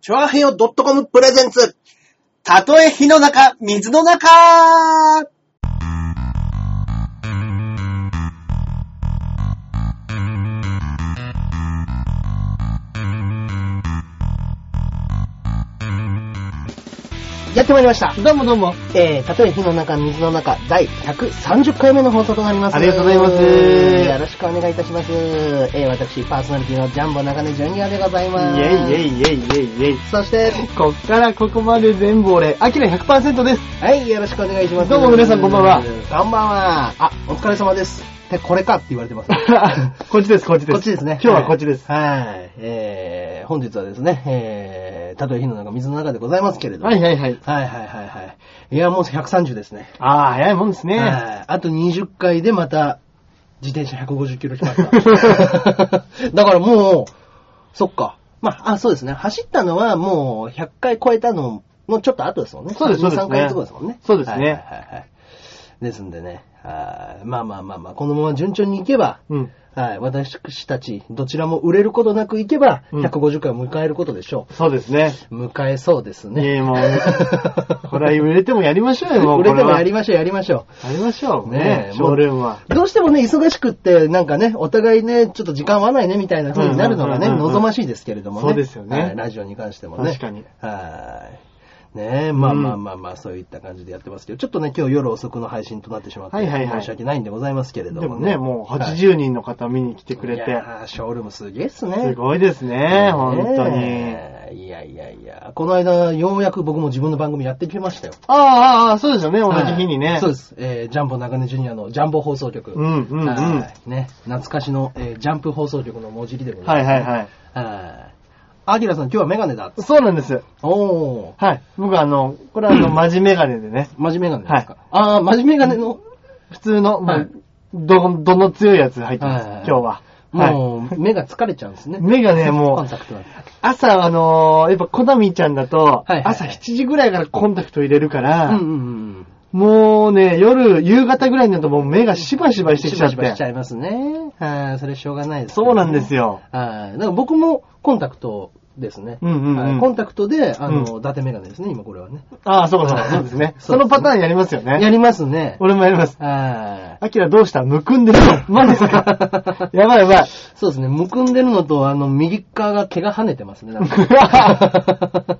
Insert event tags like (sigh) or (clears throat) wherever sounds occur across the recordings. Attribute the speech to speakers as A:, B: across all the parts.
A: チョアヘヨ .com プレゼンツ。たとえ火の中、水の中やってまいりました。
B: どうもどうも。
A: えー、たとえ火の中、水の中、第130回目の放送となります。
B: ありがとうございます
A: よろしくお願いいたします。えー、私、パーソナリティのジャンボ中根ジュニアでござい
B: イェ
A: ます。
B: イ
A: イ。
B: イェイイェイイェイイェイ。
A: そして、
B: こっからここまで全部俺、アキラ100%です。
A: はい、よろしくお願いします。
B: どうも皆さんこんばんは
A: こんばんは。あ、お疲れ様です。で、これかって言われてます。
B: (laughs) こっちです、こっちです。
A: こっちですね。
B: 今日はこっちです。
A: はい。えー、本日はですね、えー、たとえ火の中、水の中でございますけれども。
B: はいはいはい。
A: はいはいはいはい。いや、もう130ですね。
B: あー、早いもんですね。
A: はい。あと20回でまた、自転車150キロ来ま
B: (laughs)
A: した。だからもう、そっか。まあ、あ、そうですね。走ったのはもう100回超えたののちょっと後ですもんね。
B: そうですそうですね
A: 3回とかですもんね。
B: そうですね
A: はいはいはいはい。ですんでね。はいまあまあまあまあ、このまま順調にいけば、
B: うん。
A: はい、私たち、どちらも売れることなくいけば、
B: うん
A: 150回を迎えることでしょ
B: そうですね。
A: う。迎えそうです
B: ね
A: ね。
B: え、も (laughs) う、これは売れてもやりましょう
A: (laughs)
B: よ、もう。
A: 売れてもやり
B: ま
A: ましょう、やりましょ
B: やりましょう。
A: ね
B: ね
A: え
B: え、ショールームは。
A: う。どうしてもね、忙しくって、なんかね、お互いね、ちょっと時間合わないね、みたいな風になるのがね、
B: うんうんうんうんうん
A: 望ましいですけれどもね。
B: そうですよね
A: はいラジオに関してもね。
B: 確かに。
A: はい。ねえ、まあ
B: うん
A: まあまあまあ、そういった感じでやってますけど、ちょっとね、今日夜遅くの配信となってしまって、
B: はいはいはい
A: 申し訳ないんでございますけれど
B: で
A: も
B: も
A: ね。
B: ね、もう
A: はい
B: 80人の方見に来てくれ
A: い
B: て。
A: やーショールームすげえっすね。
B: すごいですね、本当に。
A: ねえいやいやいや、この間、ようやく僕も自分の番組やってきましたよ。
B: ああ、ああ、そうですよね、同じ日に
A: は
B: ね
A: い。そうです。えージャンボ中根ジュニアのジャンボ放送局。
B: うんうんうん
A: はいね、懐かしの、えージャンプ放送局の文字入りでござ
B: はいい
A: ます。
B: はいはい。
A: はい。はい。アキラさん、今日はメガネだ。
B: そうなんです。
A: おー。
B: はい。僕あの、これはあの、マジメガネでね、
A: マジメガネですか、
B: は
A: あー、マジメガネの、
B: 普通の、も、
A: はいう
B: ど、どの強いやつ入ってます、
A: はいはいはい
B: 今日は。は
A: もう、目が疲れちゃうんですね。
B: い。目がね、も
A: コ
B: う
A: ン、タクトなんです
B: 朝、あのーやっぱコナミちゃんだと、
A: はいはいはい
B: 朝7時ぐらいからコンタクト入れるから、
A: うんうんうん。
B: もうね、夜、夕方ぐらいになるともう目がしばしばしてきちゃって。
A: しばしばしちゃいますね。はい、それしょうがないです、
B: そうなんです。よ。
A: はい。だから僕もコンタクトですね。
B: うんうんうん
A: はいコンタクトで、あの、伊達メガネですね、今これはね。
B: ああ、そうかそうか、そうですね。
A: そ
B: そ
A: うですね
B: のパターンやりますよ
A: や
B: ね。
A: りますね。
B: 俺もやります。
A: はい。
B: アキラどうしたむくんでるのマジで
A: (laughs)
B: すかやばいやばい。
A: そうですね、むくんでるのと、あの、右側が毛が跳ねてますね、なん
B: (laughs)
A: か。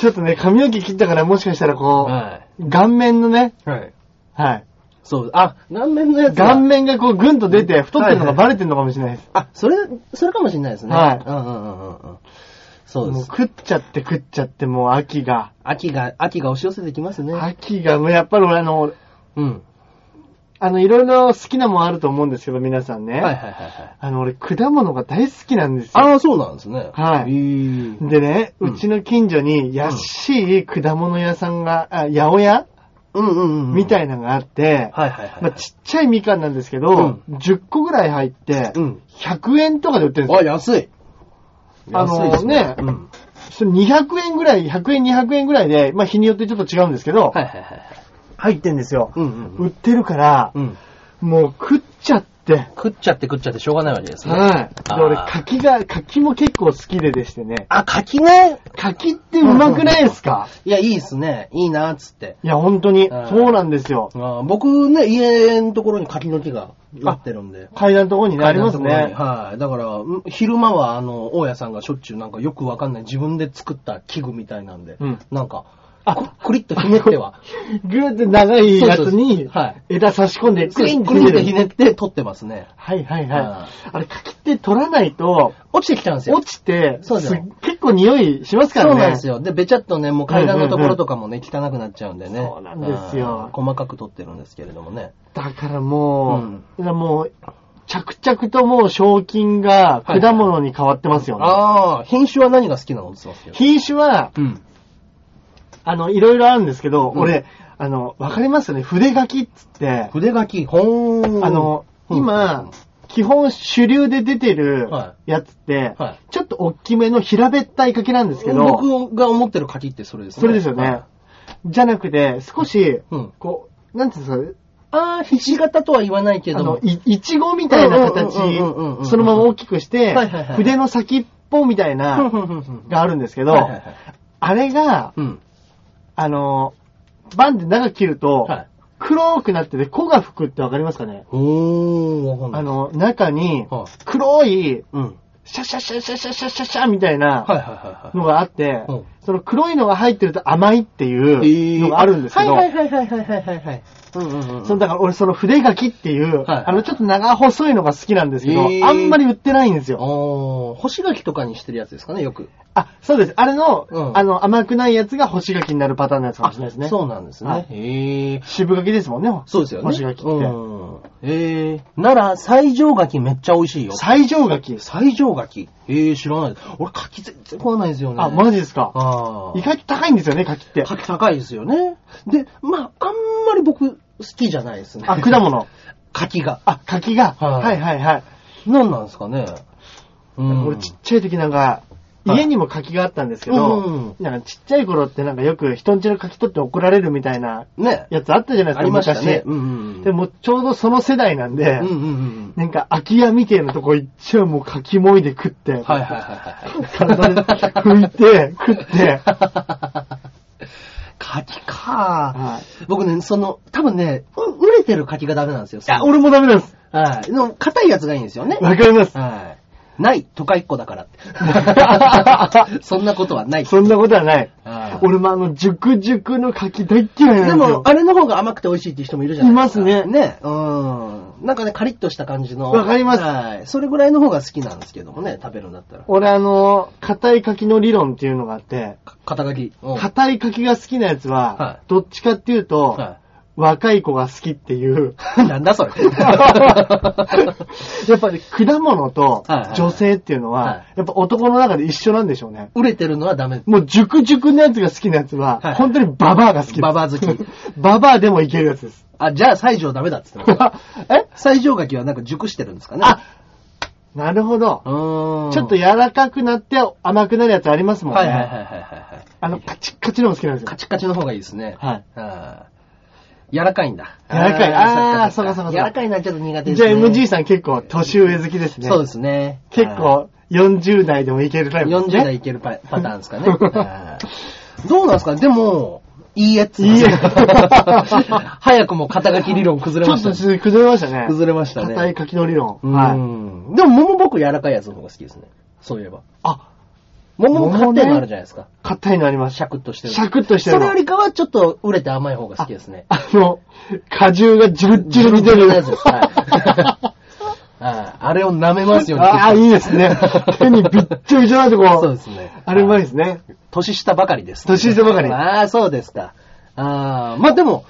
B: ちょっとね、髪の毛切ったからもしかしたらこう、
A: は
B: 顔面のね、
A: い。はい。
B: はい。
A: そう、あ、顔面のやつが。
B: 顔面がこうぐんと出て、太ってるのが
A: はいはい
B: バレてるのかもしれないです。
A: あ、それ、それかもしれないですね。
B: はい
A: うんうんうんうんうん。そうで
B: もう
A: す。
B: 食っちゃって食っちゃって、もう秋が。
A: 秋が、秋が押し寄せてきますね。
B: 秋が、もうやっぱり俺あの、
A: うん。
B: あの、いろいろ好きなもんあると思うんですけど、皆さんね。
A: はいはいはいはい。
B: あの、俺、果物が大好きなんですよ。
A: ああ、そうなんですね。
B: はい
A: えー
B: でね、
A: う
B: うんちの近所に、安い果物屋さんが、あ、八百屋
A: うんうんうん。
B: みた
A: い。
B: いなのがあって、
A: はいはいはい。
B: まあ、ちっちゃいみかんなんですけど、10個ぐらい入って
A: う、ん。
B: 100円とかで売ってるんですよ
A: あ、安い。
B: あのー
A: 安いです
B: ね
A: うん。
B: それ200円ぐらい、100円、200円ぐらいで、まあ日によってちょっと違うんですけど、
A: はいはいはいはい。
B: 入ってんですよ。
A: うんうんう
B: 売
A: ん。
B: ってるから、
A: うん。
B: もう食っちゃって。
A: 食っちゃって食っちゃってしょうがないわけですね。
B: はい。
A: あー
B: で、俺、柿が、柿も結構好きででしてね。
A: あ、柿ね。
B: 柿ってうまくないですか
A: いや、いいっすね。いいな、つって。
B: いや、本当に、
A: うん
B: そうなんですよ。
A: あー僕ね、家のところに柿の木がなってるんで。
B: 階段のところにねあります
A: 階段のと
B: ね
A: こ。ろにはい。だから、うん昼間は、あの、大家さんがしょっちゅうなんかよくわかんない自分で作った器具みたいなんで、
B: うん
A: なんか、
B: あ
A: くくりっとひねっては、
B: ぐーって長 (laughs) いや
A: そう
B: つ
A: そうそう
B: に
A: はい、
B: 枝差し込んで、
A: く
B: ク
A: り
B: イン
A: ん
B: って
A: くり
B: 入
A: んっ
B: れ
A: て
B: る
A: ひねって取ってますね。
B: はいはい
A: うん
B: はい。あれ、柿って取らないと、
A: 落ちてきちゃうんですよ。
B: 落ちて、
A: そうです
B: す
A: よ
B: 結構匂いしますから
A: そ
B: ね。
A: うなんですよ。で、べちゃっとね、もう階段のところとかもね、汚くなっちゃうんでね。
B: そうなんですよ
A: うん細かく取ってるんですけれどもね。
B: だからもう、だからもう、着々ともう賞金が
A: はい
B: 果物に変わってますよね。
A: ああ、品種は何が好きなのって言ってますよ。
B: 品種は、
A: うん。
B: あの、いろいろあるんですけど、
A: うん
B: 俺、あの、わかりますよね。筆書きっつって、
A: 筆書き、ほーん。
B: あの、
A: うん
B: 今、基本主流で出てる
A: は
B: やつって、
A: は
B: ちょっと大きめの平べったい書きなんですけど、
A: 僕が思ってる柿ってそれですね。
B: それですよね。じゃなくて、少し、
A: うん
B: こう、なんていうんですか、
A: ああ、ひし形とは言わないけ
B: あ
A: ど
B: の
A: も、。
B: い、いちごみたいな形
A: うんうんうんうんうんうんうん、
B: そのまま大きくして
A: はいはいはい、
B: 筆の先っ砲みたいな、
A: が
B: があるんですけど、
A: はいはいはい
B: あれが、
A: うん。
B: あの、バンで長く切ると、
A: はい。
B: 黒くなってて、粉が吹くってわかりますかね
A: おー、わかんない。
B: あ、の、中に
A: はい、
B: 黒い、
A: うん。はい
B: シャシャシャシャシャシャシャシャみたいな
A: はいはい
B: の
A: は
B: があって
A: うん、
B: その黒いのが入ってると甘いって
A: い。
B: いうのがあるんですけど、
A: はいはいはいはいはいはいはい。うんうんうん。
B: そのだから俺その筆書きっていう、
A: はい
B: あのちょっと長細いのが好きなんですけど、
A: へー
B: あんまり売ってないんですよ。
A: おー、干し柿とかにしてるやつですかね、よく。
B: あ、そうです。あれの、
A: うん
B: あの甘くないやつが干し柿になるパターンのやつかもしれないですね。
A: そうなんです
B: は
A: ね
B: い。
A: へー。
B: 渋柿ですもんね。
A: そうですよね。
B: 干し柿って
A: うん。えー。なら、西条柿めっちゃ美味しいよ。
B: 最上柿。
A: 西条柿えー、知らないです。俺柿全然食わないですよね。
B: あ、マ
A: ジ
B: ジですか。
A: あー。
B: 意外と高いんですよね、柿って。
A: 柿高いですよね。で、まあ、あんまり僕、好きじゃないですね。
B: あ、果物。
A: (laughs) 柿が。
B: あ、柿が。
A: はい
B: はいはいはい。
A: 何なんですかね。うん。
B: 俺ちっちゃい時なんか、
A: はい
B: 家にも柿があったんですけど、
A: うん
B: なんかちっちゃい頃ってなんかよく人んちの柿取って怒られるみたいな
A: ね。
B: やつあったじゃないですか、
A: ありましたね。
B: 昔
A: うんうんうん。
B: でもちょうどその世代なんで、
A: うんうんうん。
B: なんか空き家みてえなとこ行っちゃもう柿もいで食って、
A: はいはいはいはい。
B: (laughs) 体で拭いて、食って、
A: (laughs) 柿か
B: はい
A: 僕ね、その、多分ね、う売れてる柿がダメなんですよ。
B: いや、俺もダメなんです。
A: はい。でも硬いやつがいいんですよね。
B: わかります。
A: はい。ない、都会っ子だから
B: (laughs)
A: って。そんなことはない。
B: そんなことはない
A: はい。
B: 俺もあの、熟熟の柿大っ嫌い
A: で
B: なんですよ
A: も、。あれの方が甘くて美味しいって人もいるじゃないですか。
B: いますね
A: ね。うん。なんかね、カリッとした感じの。
B: わかります
A: はい。それぐらいの方が好きなんですけどもね、食べるんだったら。
B: 俺あの、硬い柿の理論っていうのがあって、
A: か肩書き。うん
B: 硬い柿が好きなやつ
A: は、
B: はいどっちかっていうと、
A: は
B: 若い子が好きって
A: (laughs)
B: いう。
A: い。なんだそれ。
B: (laughs) やっぱり果物と
A: はいはいはい
B: 女性っていうの
A: は、
B: はいやっぱ男の中で一緒なんでしょうね。
A: 売れてるのはダメ。
B: もう熟熟のやつが好きなやつ
A: はい
B: は、本当にババアが好きです
A: ババア好き。
B: (laughs) ババアでもいけるやつです。
A: あ、じゃあ西条ダメだっつってました。
B: (laughs) え (laughs)
A: 西条柿はなんか熟してるんですかね。
B: あ、なるほど
A: う。ーん。
B: ちょっと柔らかくなって甘くなるやつありますもんね。
A: はいはいはいはいはいはい。
B: あの、カチッカチのも好きなんですよ
A: カ。チカチの方がいいですね。
B: はい
A: あー。柔らかいんだ。
B: 柔らかいあー
A: っっ
B: そうかそうかそうか
A: 柔らかいのはちょっと苦手で
B: じ
A: す
B: ゃあ
A: ね。
B: MG さん結構年上好きですね。
A: そうですね。
B: 結
A: はい。
B: 構40代でもいけるタイプです
A: 40
B: ね。
A: 代いけるパパターンですかね。はいどうなんですかでも、いいやつ。
B: いいや
A: (laughs) 早くも肩書き理論崩れまし
B: ちょ
A: た
B: っ
A: ね。
B: と崩れましたね。
A: 崩れましたね
B: 硬い柿の理論。
A: う
B: はい。
A: んでも桃僕柔らかいやつの方が好きですね。そういえば。
B: あ、
A: 桃も買ってのあるじゃないですか。
B: 硬いのありまし
A: シ
B: た。
A: ャクッとしてる。
B: シャクッとしてる
A: それよりかはちょっと売れて甘い方が好きですね。
B: あの、果汁がジュルッジュルに出る
A: ジュルジュルのやつですはああれを舐めますよね。
B: ああ、いいですね。 (laughs) 手にびっちょびちょなんてこう。
A: そうですね
B: あれうまいですね。
A: 年下ばかりです。
B: 年下ばかり
A: ああ、そうですか。ああ、まあでも、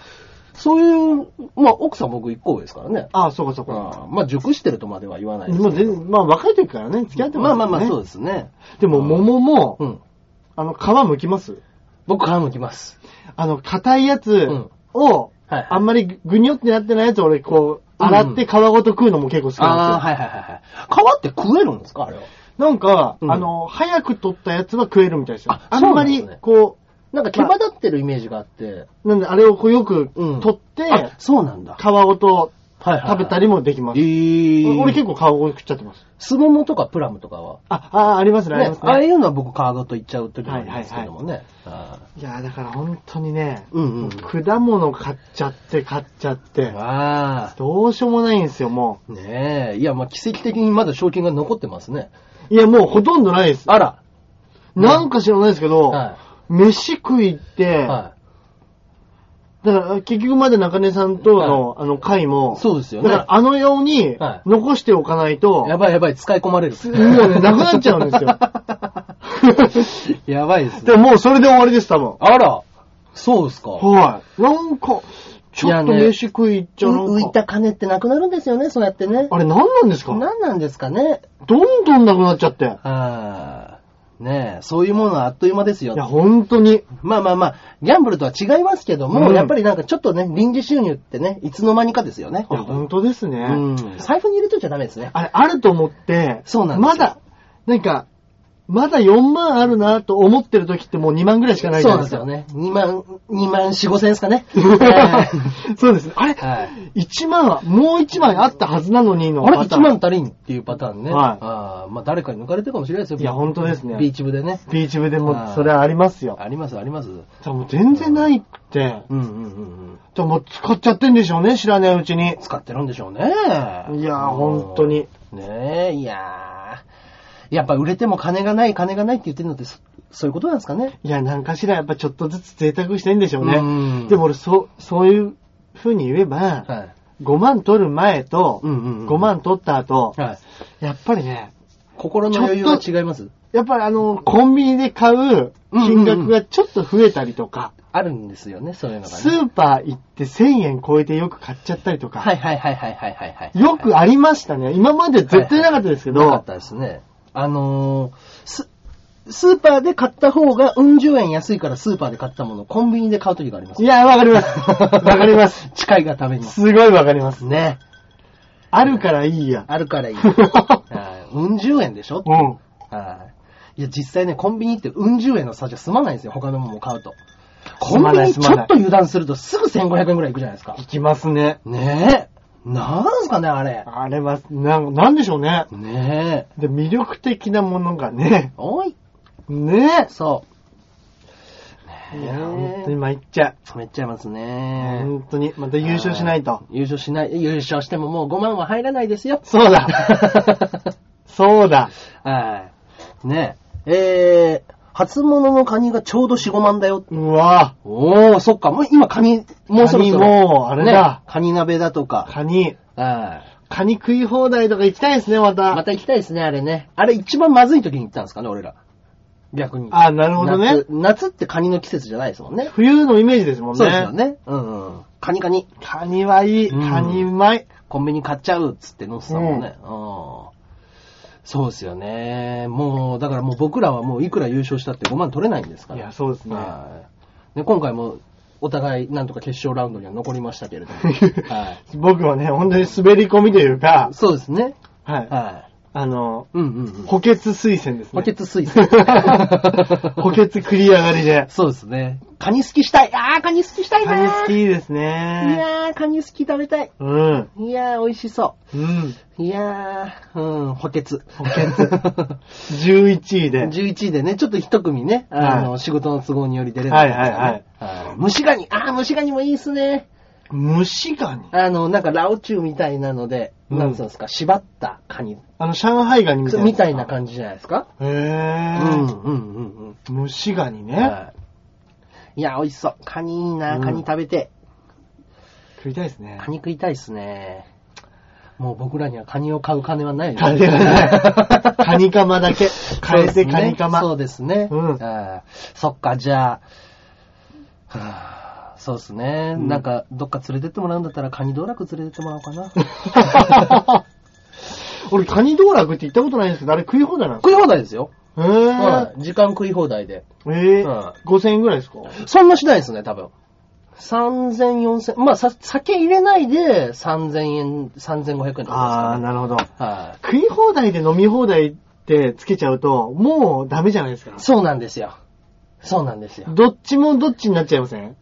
A: そういう、まあ奥さん僕一個上ですからね。
B: ああ、そうかそうか。
A: ああまあ熟してるとまでは言わないです
B: もう全然、まあ若い時からね、付き合って
A: まあまあまあ
B: す
A: そ
B: よ
A: う
B: ね
A: ですね。
B: でも桃も、
A: うん。
B: あの、皮剥きます
A: 僕皮むきます。
B: あの、硬いやつ
A: ん
B: を、
A: はいはい
B: あんまりぐにょってなってないやつ俺こう、洗って皮ごと食うのも結構好き
A: ああ、
B: なんですよ。
A: はいはいはいはい。皮って食えるんですかあれは。
B: なんか、
A: うん
B: あの、早く取ったやつは食えるみたいですよ。
A: あ
B: あんま
A: そう
B: り
A: なんですね、
B: こ
A: なんか毛羽立ってるイメージがあって。
B: う、なんであれをこうよく
A: うん
B: 取って、
A: あそうなんだ。
B: 皮ごと
A: はい
B: 食べたりもできます。
A: ええ
B: 俺結構皮ごと食っちゃってます。
A: スモモとかプラムとかは。
B: あ、あー、ありますね、あり
A: ね
B: ま、す
A: ああい
B: ね。
A: うのは僕カードと言っちゃう時もありますけどもね。あ
B: いやーだから本当にね、
A: うんうんうん
B: 果物買っちゃって買っちゃって
A: ー、あ
B: どうしようもないんですよ、も
A: ー。ねえ。いや、まあ奇跡的にまだ賞金が残ってますね。
B: う。いや、もうほとんどないです。
A: あら。
B: なんか知らないですけど、
A: は
B: 飯食いって、
A: い。は
B: だから結局まで中根さんとの、あの会も、
A: そうですよね
B: だからあのように
A: は
B: 残しておかないと、
A: い。やばいやばい、使い込まれる。
B: もうね、なくなっちゃうんですよ。
A: (laughs)
B: (laughs)
A: やばいですね
B: で。ももうそれで終わりです、多分。
A: あら。そうですか。
B: はい。なんか、ちょっと
A: いやね
B: 飯食いっちゃなんか
A: 浮いた金ってなくなるんですよね、そうやってね。
B: あれ何なんですか
A: 何なんですかね。
B: どんどんなくなっちゃって。い
A: あーねえ、そういうものはあっという間ですよ。
B: や、本当に。
A: まあまあまあ、ギャンブルとは違いますけども、
B: うん
A: やっぱりなんかちょっとね、臨時収入ってね、いつの間にかですよね。
B: いや、本当ですね。
A: うん。財布に入れといちゃダメですね。
B: あれ、あると思って、
A: そうなんですよ
B: まだ、なんか、まだ4万あるなと思ってる時ってもう2万ぐらいしかないじゃ
A: そう
B: ない
A: で
B: です
A: す
B: か
A: よ。ね。2万、2万4、5千ですか
B: (laughs)
A: ね。
B: そうですね。あれ、
A: は
B: ?1 万は、もう1万あったはずなのにの
A: あれ
B: パター
A: ?1
B: ン
A: 万足りんっていうパターンね。
B: はい
A: あーまあ誰かに抜かれてるかもしれないですよ。
B: いや、本当ですね。
A: ビーチ部でね。
B: ビーチ部で
A: は
B: も、
A: い
B: それはありますよ。
A: あります、あります。うん
B: でも全然ないって。
A: うんうん
B: でも使っちゃってんでしょうね、知らないうちに
A: うん。。使ってるんでしょうね。
B: いやー本当に。
A: ねえ、いやーやっぱ売れても金がない、金がないって言ってるのってそ、そういうことなんですかね。
B: いや、なんかしらやっぱちょっとずつ贅沢してんでしょうね。
A: うん
B: でも俺、そう、そういう風に言えば、
A: はい。
B: 5万取る前と、
A: うんうんうん
B: 5万取った後、
A: はい。
B: やっぱりね、
A: 心の余裕が違います
B: やっぱりあの、コンビニで買う金額がちょっと増えたりとか、
A: あるんですよね、そういうのが
B: ス
A: ね。
B: ーパー行って1000円超えてよく買っちゃったりとか、
A: はいはいはいはいはいはいはい。
B: よくありましたね。今まで絶対なかったですけど、
A: なかったですね。あのース、スーパーで買った方がうん十円安いからスーパーで買ったものをコンビニで買うときがありま
B: い
A: す。
B: や、わかり (laughs) ます。わかります。。
A: (laughs) 近いがために。
B: すごいわかります。
A: ね。
B: あるからいい (laughs) や。
A: あるからいい。
B: う
A: はいうん十円でしょ
B: ん。
A: はい。いや、実際ね、コンビニってうん十円の差じゃ済まないんですよ、他のものを買うと。コ
B: 済
A: ン
B: ま
A: ビ
B: ない
A: ニちょっと油断するとすぐ1500円くらいいくじゃないですか
B: い。きますね。
A: ねえ。なんすかね、あれ。
B: あれは、なん、なんでしょうね。
A: ねえ。
B: で、魅力的なものがね。
A: おい。
B: ね
A: そう。
B: いや、
A: ね
B: 本
A: え
B: 当に参っちゃ
A: めっちゃいます
B: う。
A: ね。
B: 本当に。また優勝しないと。。
A: 優勝しない。優勝してももう5万は入らないですよ。
B: (laughs) そうだ。そうだ。
A: はい。ねえ。えー、初物のカニがちょうど4、5万だよ。
B: うわ
A: おー、そっか。もう今カニ、もうそろそろ。
B: カニもうあれだ
A: ねカニ鍋だとか。
B: カニ。
A: はい。
B: カニ食い放題とか行きたいですね、また。
A: また行きたいですね、あれね。あれ一番まずい時に行ったんですかね、俺ら。逆に。
B: あなるほどね
A: 夏。夏ってカニの季節じゃないですもんね。
B: 冬のイメージですもんね。
A: そうですよね。うん、うん。カニカニ。
B: カニはいい。
A: うん
B: カニうまい。
A: コンビニ買っちゃうっつって乗ってたもんね。うんそうですよね。もう、だからもう僕らはもういくら優勝したって5万取れないんですか
B: い
A: ら。
B: や、そうですね。
A: はいで今回もお互いなんとか決勝ラウンドには残りました
B: (laughs)
A: けれども。はい、
B: 僕はね、本当に滑り込みというか、
A: そうですね。
B: はい。
A: は
B: あの、
A: い。うんうんうん。
B: 補欠推薦ですね。
A: 補欠推薦
B: 補
A: (laughs)
B: 欠繰り上がりで。
A: そうですね。カニ好きしたい。あー、カニ好き (laughs) したいな
B: カ
A: ー
B: ニ好きです
A: い
B: ね。
A: やー、カニ好き食べたい。
B: うん。
A: いやー、美味しそ
B: うん。
A: う。いやー、うん、補欠。
B: 補
A: (laughs)
B: 欠11位で。
A: 11位でね、ちょっと一組ね、あの、
B: は
A: 仕事の都合により出れないですからねはい虫ガニ、ああ、虫ガニもいいっすね。
B: 虫ガニ
A: あの、なんかラオチュウみたいなので、
B: うん
A: なんつうんですか、縛ったカニ、
B: あの、上海ガニみたいな。
A: みたいな感じじゃないですか。
B: じ。へ
A: うん、
B: え。
A: うん、うん、
B: 虫ガニ
A: うん。
B: ね。
A: はいいや、美味しそう。カニいいな、
B: うん
A: カニ食べて。
B: 食いたいですね
A: カ。ニ食いたいっすね。もう僕らにはカニを買う金はないで
B: (laughs)
A: す
B: カニはない。カニカマだけ。変えてカニカ
A: そ
B: マ。
A: うですね。
B: うん
A: あーそっか、じゃあ、はあそうですね。
B: うん
A: なんか、どっか連れてってもらうんだったら、カニ道楽連れてってもらおうかな。
B: (laughs) 俺、カニ道楽って行ったことないんですけど、あれ食い放題なんです
A: 食い放題ですよ。
B: か
A: は
B: へ
A: い時間食い放題で。
B: え。ええ
A: うん。
B: 5000円ぐらいですか
A: そんなしないですね、多分。3000、4000、まあ、さ、酒入れないで、3000円、3500円とかで
B: あ
A: すか
B: あ、
A: ね。
B: なるほど。
A: はい
B: 食い放題で飲み放題ってつけちゃうと、もうダメじゃないですか。
A: そうなんですよ。そうなんですよ。
B: どっちもどっちになっちゃいません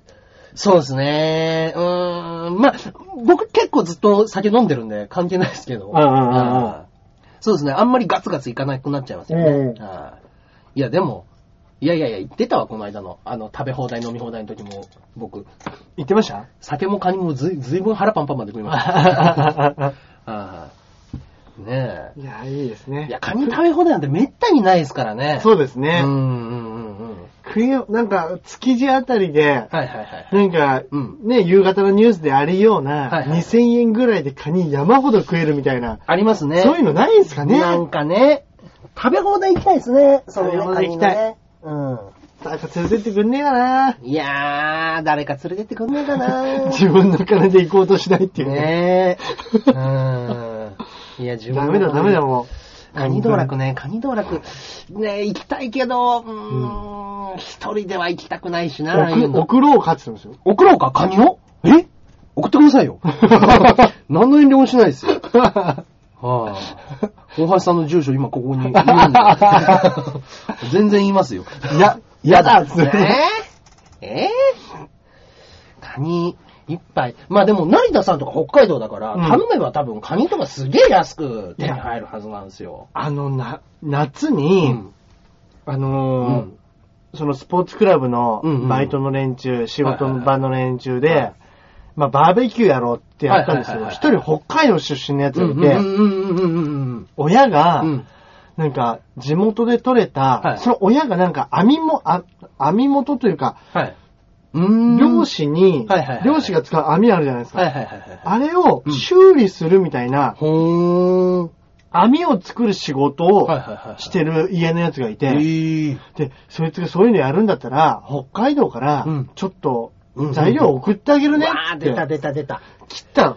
A: そうですね。うーん。まあ、僕結構ずっと酒飲んでるんで関係ないですけど。
B: うんうんうんうん
A: はいそうですね。あんまりガツガツいかなくなっちゃいますよ
B: うん
A: ね
B: うん。
A: はいいや、でも、いやいやいや、言ってたわ、この間の。あの、食べ放題、飲み放題の時も、僕、
B: 言ってました (laughs)
A: 酒もカニもずいずいぶん腹パンパンまで食いました。はいね
B: いや、いいですね。
A: え。いや、カニ食べ放題なんてめったにないですからね。
B: そうです
A: う
B: ね。
A: んうんうんうん。
B: 食い、なんか、築地あたりで、
A: はいはいはい。
B: なんか、
A: うん
B: ね、夕方のニュースでありような、
A: はいはい
B: 2000円ぐらいでカニ山ほど食えるみたいな、
A: ありますね。
B: そういうのないんですかね
A: なんかね、食べ放題行きたいですね。そのね
B: 食べ放題行きたい
A: カニのねうん。
B: なんか連れてってくんねえかな
A: いやー、誰か連れてってくんねえかな
B: (laughs) 自分の金で行こうとしないっていうね。
A: ねえ。うん。いや、自
B: ダ
A: 分
B: メだ、ダメだ、もう。
A: カニ道楽ね、カニ道楽。ね行きたいけど、うーん、一人では行きたくないしな、ああいう
B: 送
A: の
B: 送ろうかって言
A: (laughs)
B: ってま
A: 送ろうか、カニをえ (laughs) 送ってくださいよ何の遠慮もしないです
B: (laughs)
A: よ。
B: すよ。
A: はあ、大橋さんの住所今ここに言う
B: (laughs)
A: んだ全然言いますよ。
B: いや、嫌だっつっ
A: え
B: て。
A: ー、えー、カニ一杯。まあでも成田さんとか北海道だから、
B: うん
A: 頼めば多分カニとかすげえ安く手に入るはずなんですよ。
B: あの、な、夏
A: う
B: に、
A: ん。
B: あ
A: う
B: のー
A: ん。
B: そのスポーツクラブの
A: うんうん
B: バイトの連中、仕事の場の連中で、まあ、バーベキューやろうってやったんです
A: はい
B: よ。
A: はい
B: 一
A: はい
B: 人北海道出身のやつ
A: う
B: がい
A: ん
B: て、
A: うんうんうん
B: 親が、
A: うん。
B: なんか、地元で取れた、
A: はい
B: その親がなんか、網も、あ網元というか、
A: はい。うーん。
B: 漁師に、
A: はいはいはい
B: 漁師が使う網あるじゃないですか。
A: はいはいはいはい。
B: あれを
A: うん
B: 修理するみたいな、
A: ほーん。
B: 網を作る仕事を
A: はいはいはいはい
B: してる家のやつがいて、
A: えー
B: で、そいつがそういうのやるんだったら、北海道から
A: うん、
B: ちょっと
A: うん、
B: 材料送ってあげるね
A: わあ、
B: って
A: 出、た出た出た。
B: 切ったら、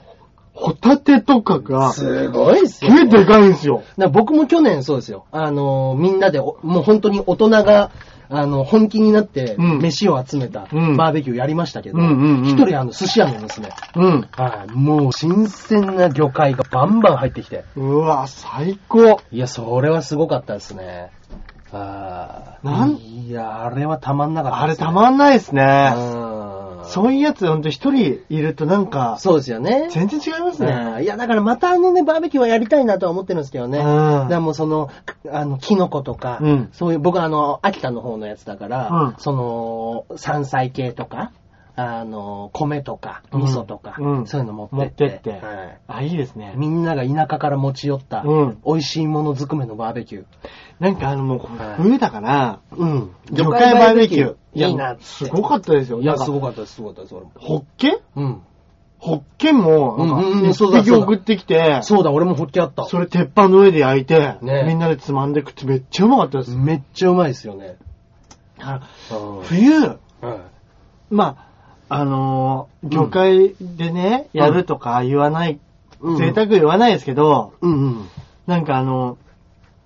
B: ホタテとかが、す
A: すごいっすよ。
B: げえでかいんですよ。
A: だから僕も去年そうですよ。あのー、みんなでお、もう本当に大人が、あの、本気になって、
B: うん
A: 飯を集めた、
B: うん
A: バーベキューやりましたけど、一、
B: うんうんうん
A: 人あの、寿司屋の娘。
B: うん。
A: はい、もう新鮮な魚介がバンバン入ってきて。
B: うわ、最高。
A: いや、それはすごかったですね。あー
B: なん
A: いや、あれはたまんなかった
B: あ
A: で
B: れ
A: すね、
B: たまんないですね。
A: うん。
B: そういうやつ、ほんと一人いるとなんか、
A: そうですよね。
B: 全然違いますね。
A: うんいや、だからまたあのね、バーベキューはやりたいなとは思ってるんですけどね。
B: う
A: だ
B: ん
A: からもうその、あの、キノコとか、
B: うん
A: そういう、僕はあの、秋田の方のやつだから、
B: うん
A: その、山菜系とか、あの、米とか、
B: うん
A: 味噌とか、
B: うん
A: そういうの持ってって。
B: 持ってって
A: はい
B: あ、いいですね。
A: みんなが田舎から持ち寄った、
B: うん
A: 美味しいものずくめのバーベキュー。
B: なんかあのもうこ
A: は
B: れ
A: い、
B: 冬だから、
A: うん。
B: 魚介バーベキュー。
A: いいなって。
B: すごかったですよ。
A: いや、
B: なん
A: す
B: か
A: ごかったです、すごかったです、俺も。
B: ホッケ
A: うん。
B: ホッケも、
A: うんうんうん
B: なん
A: そう
B: か、一
A: だ
B: 匹
A: そうだ
B: 送ってきて、
A: そうだ、俺もホッケあった。
B: それ鉄板の上で焼いて、
A: ね
B: みんなでつまんで食ってめっちゃうまかったです。
A: めっちゃうまいですよね。
B: だから
A: うん
B: 冬、
A: はい
B: まあ、あのー魚介でね、
A: うん
B: やるとか言わない、
A: うん
B: 贅沢言わないですけど、
A: うんうん。
B: なんかあの、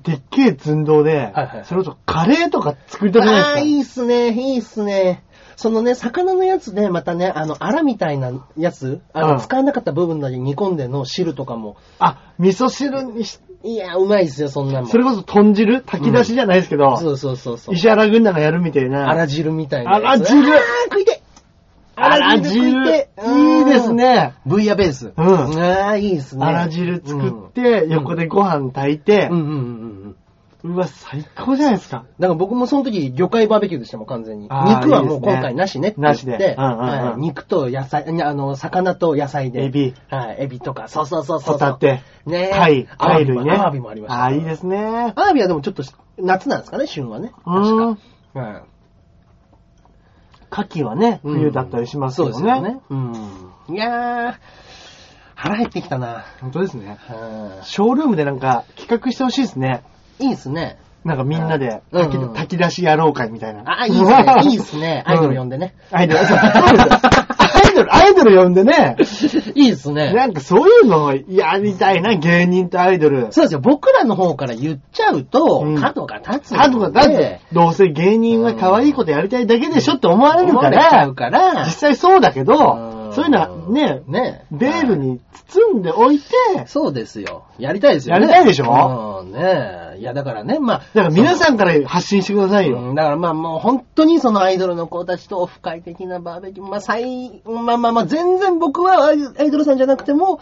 B: でっけえ寸胴で、
A: はいはい
B: それこそカレーとか作りたくないです
A: あ
B: か
A: あー、いいっすね、いいっすね。そのね、魚のやつで、またね、あの、アラみたいなやつ、あの、
B: うん
A: 使わなかった部分だけ煮込んでの汁とかも、
B: あ、味噌汁にし、
A: いや、うまいっすよ、そんなの。
B: それこそ豚汁炊き出しじゃないですけど、
A: そうそうそうそう。
B: 石原軍団がやるみたいな。
A: あら汁みたいな
B: あ
A: やつ。
B: ら汁
A: あー食いてあら汁食いて
B: あら汁いいです。ね。
A: うんブイヤベース。
B: うん
A: ああ、いいっすね。
B: あら汁作って、横でご飯炊いて
A: うん。う、んうんうんうん。
B: うわ、最高じゃないですか。
A: だから僕もその時、魚介バーベキューでしたもん、完全に。
B: あー
A: 肉はい
B: いで
A: もう
B: すね
A: 今回なしねって言
B: な
A: っ、
B: してでうんうんうん
A: はい肉と野菜、あの、魚と野菜で。
B: エビ。
A: はい、エビとか、そうそうそうそう。
B: ホタテ。
A: ねえ
B: 貝、貝類ね。
A: アワビもありました。
B: ああ、いいですね。
A: アワビはでもちょっと夏なんですかね、旬はね。確
B: う
A: か
B: ん。。
A: はい
B: 牡蠣はね、冬だったりしますけど
A: そうですよ
B: ね
A: ね。。うん。いやー、腹減ってきたな。
B: 本当ですね。
A: は
B: ショールームでなんか企画してほしいですね。
A: いいいですね。
B: なんかみんなで
A: うん
B: 炊き
A: うん
B: 炊き出しやろうかみたいな。
A: あ、いい
B: (laughs)
A: ですね。いいですね。アイドル呼ん
B: で。
A: でね。 (laughs)
B: アイドル、そうそうですアイドル、アイドル呼んでね。
A: いいですね。
B: なんかそういうのやりたいな、芸人とアイドル。
A: そうですよ。僕らの方から言っちゃうと、
B: うん
A: 角が立つので。
B: あとか、だって、どうせ芸人は可愛いことやりたいだけでしょって思われる
A: 思
B: か
A: われちゃう
B: ら、
A: から。
B: 実際そうだけど
A: ん、
B: そういうのはね、
A: ね
B: ベール。に包んでおいて、
A: そうですよ。やりたいですよね。
B: やりたいでしょ
A: うん、ねえ。いや、だからね、まあ。
B: だから皆
A: ん、
B: さんから発信してくださいよ。
A: うんだからまあもう本当にそのアイドルの子たちとオフ会的なバーベキュー、まあ最、まあまあまあ全然僕はアイアイドルさんじゃなくても、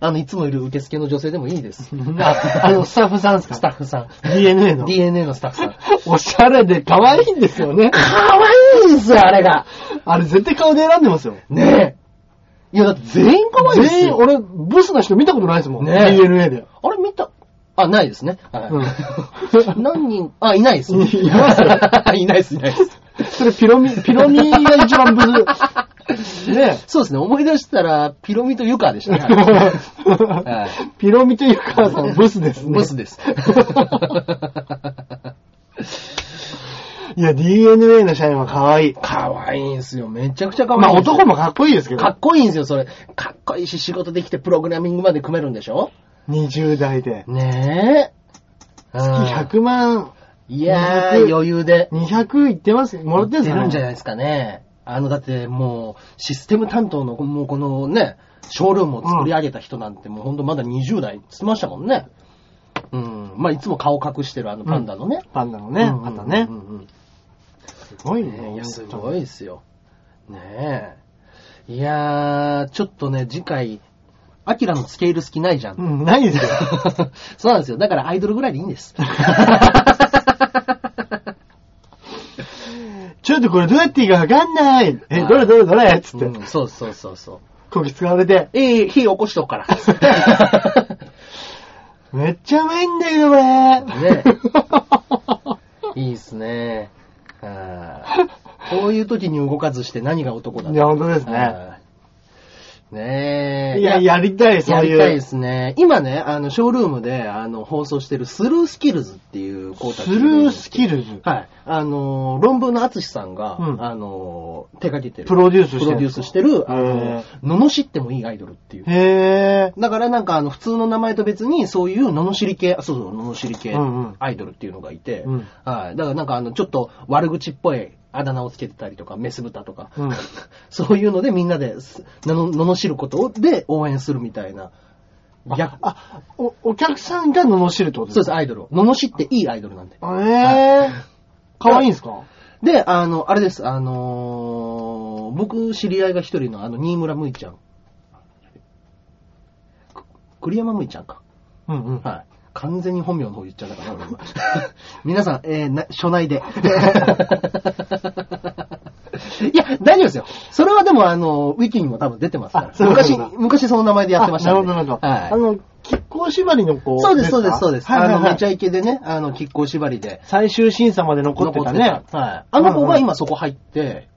A: あの、いつもいる受付の女性でもいいです。
B: (laughs) ああの、スタッフさんですか
A: スタッフさん。
B: DNA の
A: DNA のスタッフさん。
B: おしゃれで可愛いんですよ (laughs) ね。
A: かわいいんですよ、あれが。
B: あれ絶対顔で選んでますよ。
A: ねえ。いや、だって全員可愛いです
B: 全員、
A: よ。
B: 俺、ブスな人見たことないですもん。
A: ね
B: DNA で。
A: あれ見た、あ、ないですね。はい (laughs) 何人、あ、いないです。
B: い
A: (laughs)
B: ますよ
A: いないです、いないです。
B: それピロミ、ピロミが一番ブス。ね
A: そう (laughs) ですね、思い出したら、ピロミとユカでしたね。 (laughs) い
B: (laughs) ピロミというかさん、ブスですね。
A: ボス (laughs) です。
B: (laughs) いや、DNA の社員は可愛い。
A: 可愛いんですよ、めちゃくちゃ可愛い。
B: まあ男。もかっこいいですけど
A: かっ、こいいんですよ、それ。かっこいいし、仕事できてプログラミングまで組めるんでしょ
B: 20代で。
A: ねえ。
B: 月100万、
A: いやー、
B: 200
A: 余裕で。
B: 200いってますもらってるんです
A: 出
B: か
A: るんじゃ
B: ね
A: ないですかね。あの、だってもう、システム担当の、もうこのね、ショールームを作り上げた人なんて、もうほんとまだ20代っつってましたもんね。うん。まあ、いつも顔隠してるあのパンダのね。
B: パンダのね、
A: うんうんうん
B: あとね
A: う。んうん
B: すごい
A: ね
B: ね。
A: いや、すごいですよ。ねえ。いやー、ちょっとね、次回、アキラのスケール好きないじゃん。
B: うん、ないですよ。
A: (laughs) そうなんですよ。だからアイドルぐらいでいいん (laughs) です。
B: ちょっとこれどうやっていいかわかんない。え、どれどれどれつって、
A: うんそうそうそうそう。
B: こき使われて。
A: ええ火起こしとくから。 (laughs)
B: めっちゃうまいんだけど、これ。
A: ね (laughs) いいっすね。あーこういう時に動かずして何が男だ
B: いや、本当ですね。
A: あーねえ。
B: いや、やりたい、そう
A: や
B: いう。
A: りたいですね。今ね、あの、ショールームで、あの、放送してるスルースキルズっていう子たち
B: スルースキルズ。
A: はい。あのー、論文の厚さんが、
B: うん
A: あのー、手掛けてる。
B: プロデュースしてる
A: プロデュースしてる、あ
B: へ
A: の、罵ってもいいアイドルっていう。
B: へ
A: だからなんかあの普通の名前と別にそういう罵り系、あそうそう、罵り系
B: うんうん
A: アイドルっていうのがいて、
B: うん
A: はい。だからなんかあのちょっと悪口っぽいあだ名をつけてたりとか、メス豚とか、
B: うん
A: (laughs) そういうのでみんなです、なの、罵ることをで応援するみたいな。
B: ー。
A: 逆、
B: あ、お、お客さんが罵るってこと
A: そう
B: です
A: です、アイドルを。罵っていいアイドルなんで。
B: かへー。かわいいんすか
A: で、あの、あれです、あのー僕知り合いが一人のあの、新村むいちゃん。く栗山むいちゃんか。
B: うんうん。
A: はい。完全に本名の方言っちゃったか
B: (laughs)
A: な、俺今皆さん、えーな、初内で。いや、大丈夫ですよ。それはでも、あの、ウィキにも多分出てますから
B: あ。そういうこと
A: 昔
B: だ、
A: 昔その名前でやってました
B: あ
A: ん
B: な
A: で、
B: るほど、なるほど。あ
A: はい。
B: の、亀甲縛りの子
A: そうです、そうです、そうです。
B: かはいはい
A: あの、
B: は
A: めちゃ
B: い。
A: イケでね、あの、亀甲縛りで
B: 最終審査まで残
A: 残
B: っ
A: って
B: て
A: た
B: たね。
A: はい。あの子が今そこ入って、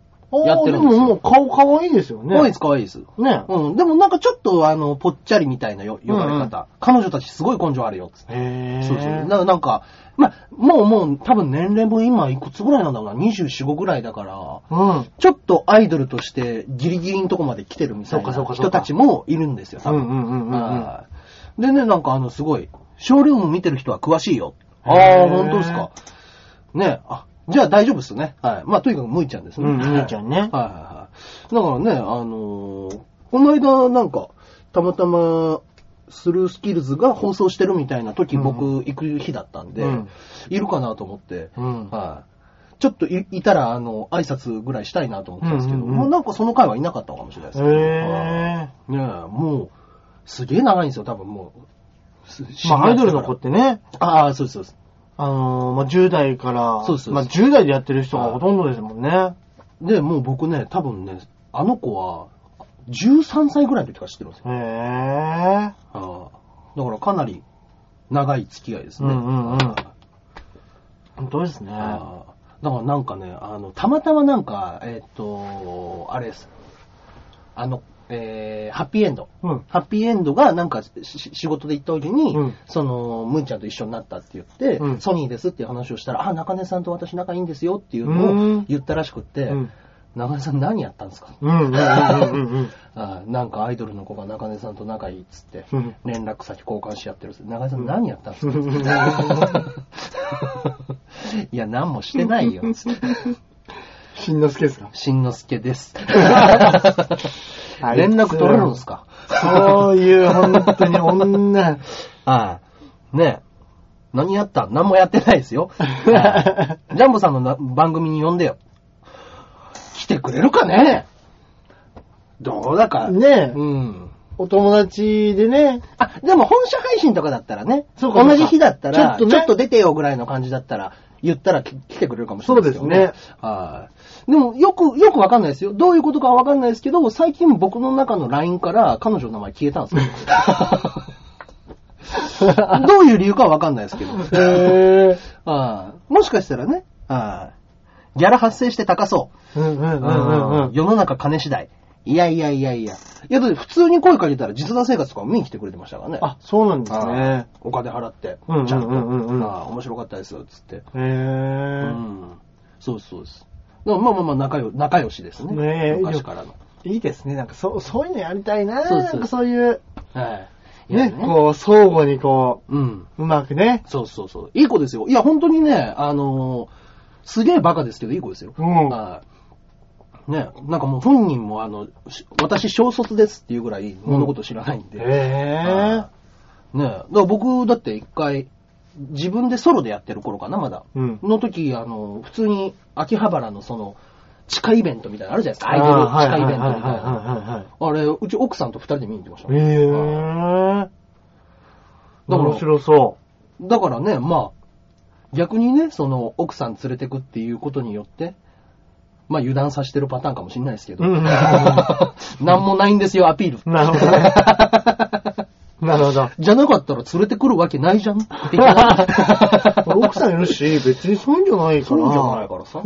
A: やってるんです
B: あー
A: よ
B: ももう顔かわいいですよね。
A: 可愛いです、可愛いです。
B: ね。
A: うん、でもなんかちょっと、あの、ぽっちゃりみたいなよ呼ばれ方。
B: うんうん
A: 彼女たちすごい根性あるよ、つって
B: へー
A: そうそう。だからなんか、まあ、もうもう多分年齢も今いくつぐらいなんだろうな、24、5ぐらいだから、
B: うん。
A: ちょっとアイドルとしてギリギリのとこまで来てるみたい
B: そうか
A: な
B: そうかそうか
A: 人たちもいるんですよ、多
B: うん
A: 分。
B: うんうんうんうん。
A: はいでね、なんかあの、すごい、ショールーム見てる人は詳しいよ。
B: へー
A: ああ、本当ですか。ねあ、じゃあ大丈夫っすね。はい。まあ、とにかくむいちゃんですね。
B: うん、みーちゃんね。
A: はいはいはい。だからね、あのーこの間なんか、たまたま、スルースキルズが放送してるみたいな時、
B: うん
A: 僕行く日だったんで、
B: うん
A: いるかなと思って、
B: うん
A: はい。ちょっといいたら、あの、挨拶ぐらいしたいなと思ったんですけど、
B: うんうんうん
A: もうなんかその回はいなかったのかもしれない
B: へ
A: ですね。はい
B: え。
A: ねえ、もう、すげえ長いんですよ、多分もうす。
B: まあ、アイドルの子ってね、
A: ああ、そうです、そうです。
B: あのー、まあ、10代から、
A: そうですそう
B: ま
A: で
B: あ、
A: す
B: 10代でやってる人がほとんどですもんね。
A: で、もう僕ね、多分ね、あの子は、13歳ぐらいの時から知ってるんですよ
B: へえ。
A: ああ。だからかなり長い付き合いですね。
B: うんうんうん
A: あ
B: 本当ですね。は
A: あだからなんかね、あの、たまたまなんか、えっ、と、あれです。あの、えー、ハッピーエンド。
B: うん
A: ハッピーエンドがなんかし仕事で行った時に、
B: うん
A: その、むーちゃんと一緒になったって言って、
B: うん
A: ソニーですっていう話をしたら、あ、中根さんと私仲いいんですよっていう
B: う
A: のを
B: ん
A: 言ったらしくって、
B: うん
A: 中根さん何やったんですか
B: うんうんうん
A: (laughs)
B: うんうん。
A: あなんかアイドルの子が中根さんと仲いいっつって
B: うん、
A: 連絡先交換し合ってるっつって中根さん何やったんですか (laughs) いや、何もしてないよ。つって
B: しんのすけですか
A: しんのすけです。
B: (laughs) あいつ
A: 連絡取れるんですか
B: そういう、本当に女。
A: はい。ねえ。何やった何もやってないですよ。 (laughs) はいジャンボさんのな番組に呼んでよ。来てくれるかねどうだか。
B: ねえ
A: うん。
B: お友達でね、
A: あ、でも本社配信とかだったらね、
B: そうかそうか
A: 同じ日だったら
B: ち
A: ち
B: ょっと
A: ょ、
B: ね
A: っと出てよぐらいの感じだったら、言ったらき来てくれるかもしれない
B: そうですね。
A: はい。でも、よく、よくわかんないですよ。どういうことかはわかんないですけど、最近僕の中の LINE から彼女の名前消えたんです
B: (laughs)
A: よ。どういう理由かはわかんないですけど。
B: へえ。
A: はいもしかしたらね、はいギャラ発生して高そう。
B: うんうんうんうんうん。
A: 世の中金次第。いやいやいやいや。いや、だって普通に声かけたら実談生活とか見に来てくれてましたからね。
B: あ、そうなんです
A: ああ
B: ね。
A: お金払って
B: うんうん、
A: ちゃんと、
B: うんうんうん
A: ああ面白かったです、つって。
B: へ
A: う
B: え。
A: ん。そうですそうです。だからまあまあまあ仲よ、仲良しですね。
B: ねえ
A: 昔からの。
B: いいですね。なんかそう、そういうのやりたいな。
A: そうそう
B: なんかそういう、
A: はい。いや
B: ね、こう、相互にこ
A: う。うん。
B: う、うまくね。
A: そうそうそう。いい子ですよ。いや、本当にね、あのーすげえバカですけど、いい子ですよ。
B: うん
A: はいね、なんかもう本人もあの、し私小卒ですっていうぐらい物事知らないんで。
B: へえ。
A: ねえ。だから僕、だって一回、自分でソロでやってる頃かな、まだ。
B: うん
A: の時、あの、普通に秋葉原のその、地下イベントみたいなのあるじゃないですか。アイド
B: あー
A: ル地下イベントみたい
B: はいはい
A: な。
B: はいはいはい
A: あれ、うち奥さんと二人で見に行ってました
B: へ
A: ね。
B: え
A: はい
B: ー。
A: だから
B: 面白そ
A: だからね、まあ、逆にね、その、奥さん連れてくっていうことによって、まあ油断させてるパターンかもしれないですけど、
B: うん
A: (laughs) なんもないんですよ、アピール。
B: う。なるほどね。なるほど。
A: じゃなかったら連れてくるわけないじゃん的な
B: 俺奥さんいるし、別にそういうんじゃないか
A: そう
B: ら。
A: じゃないから
B: (laughs)
A: さ。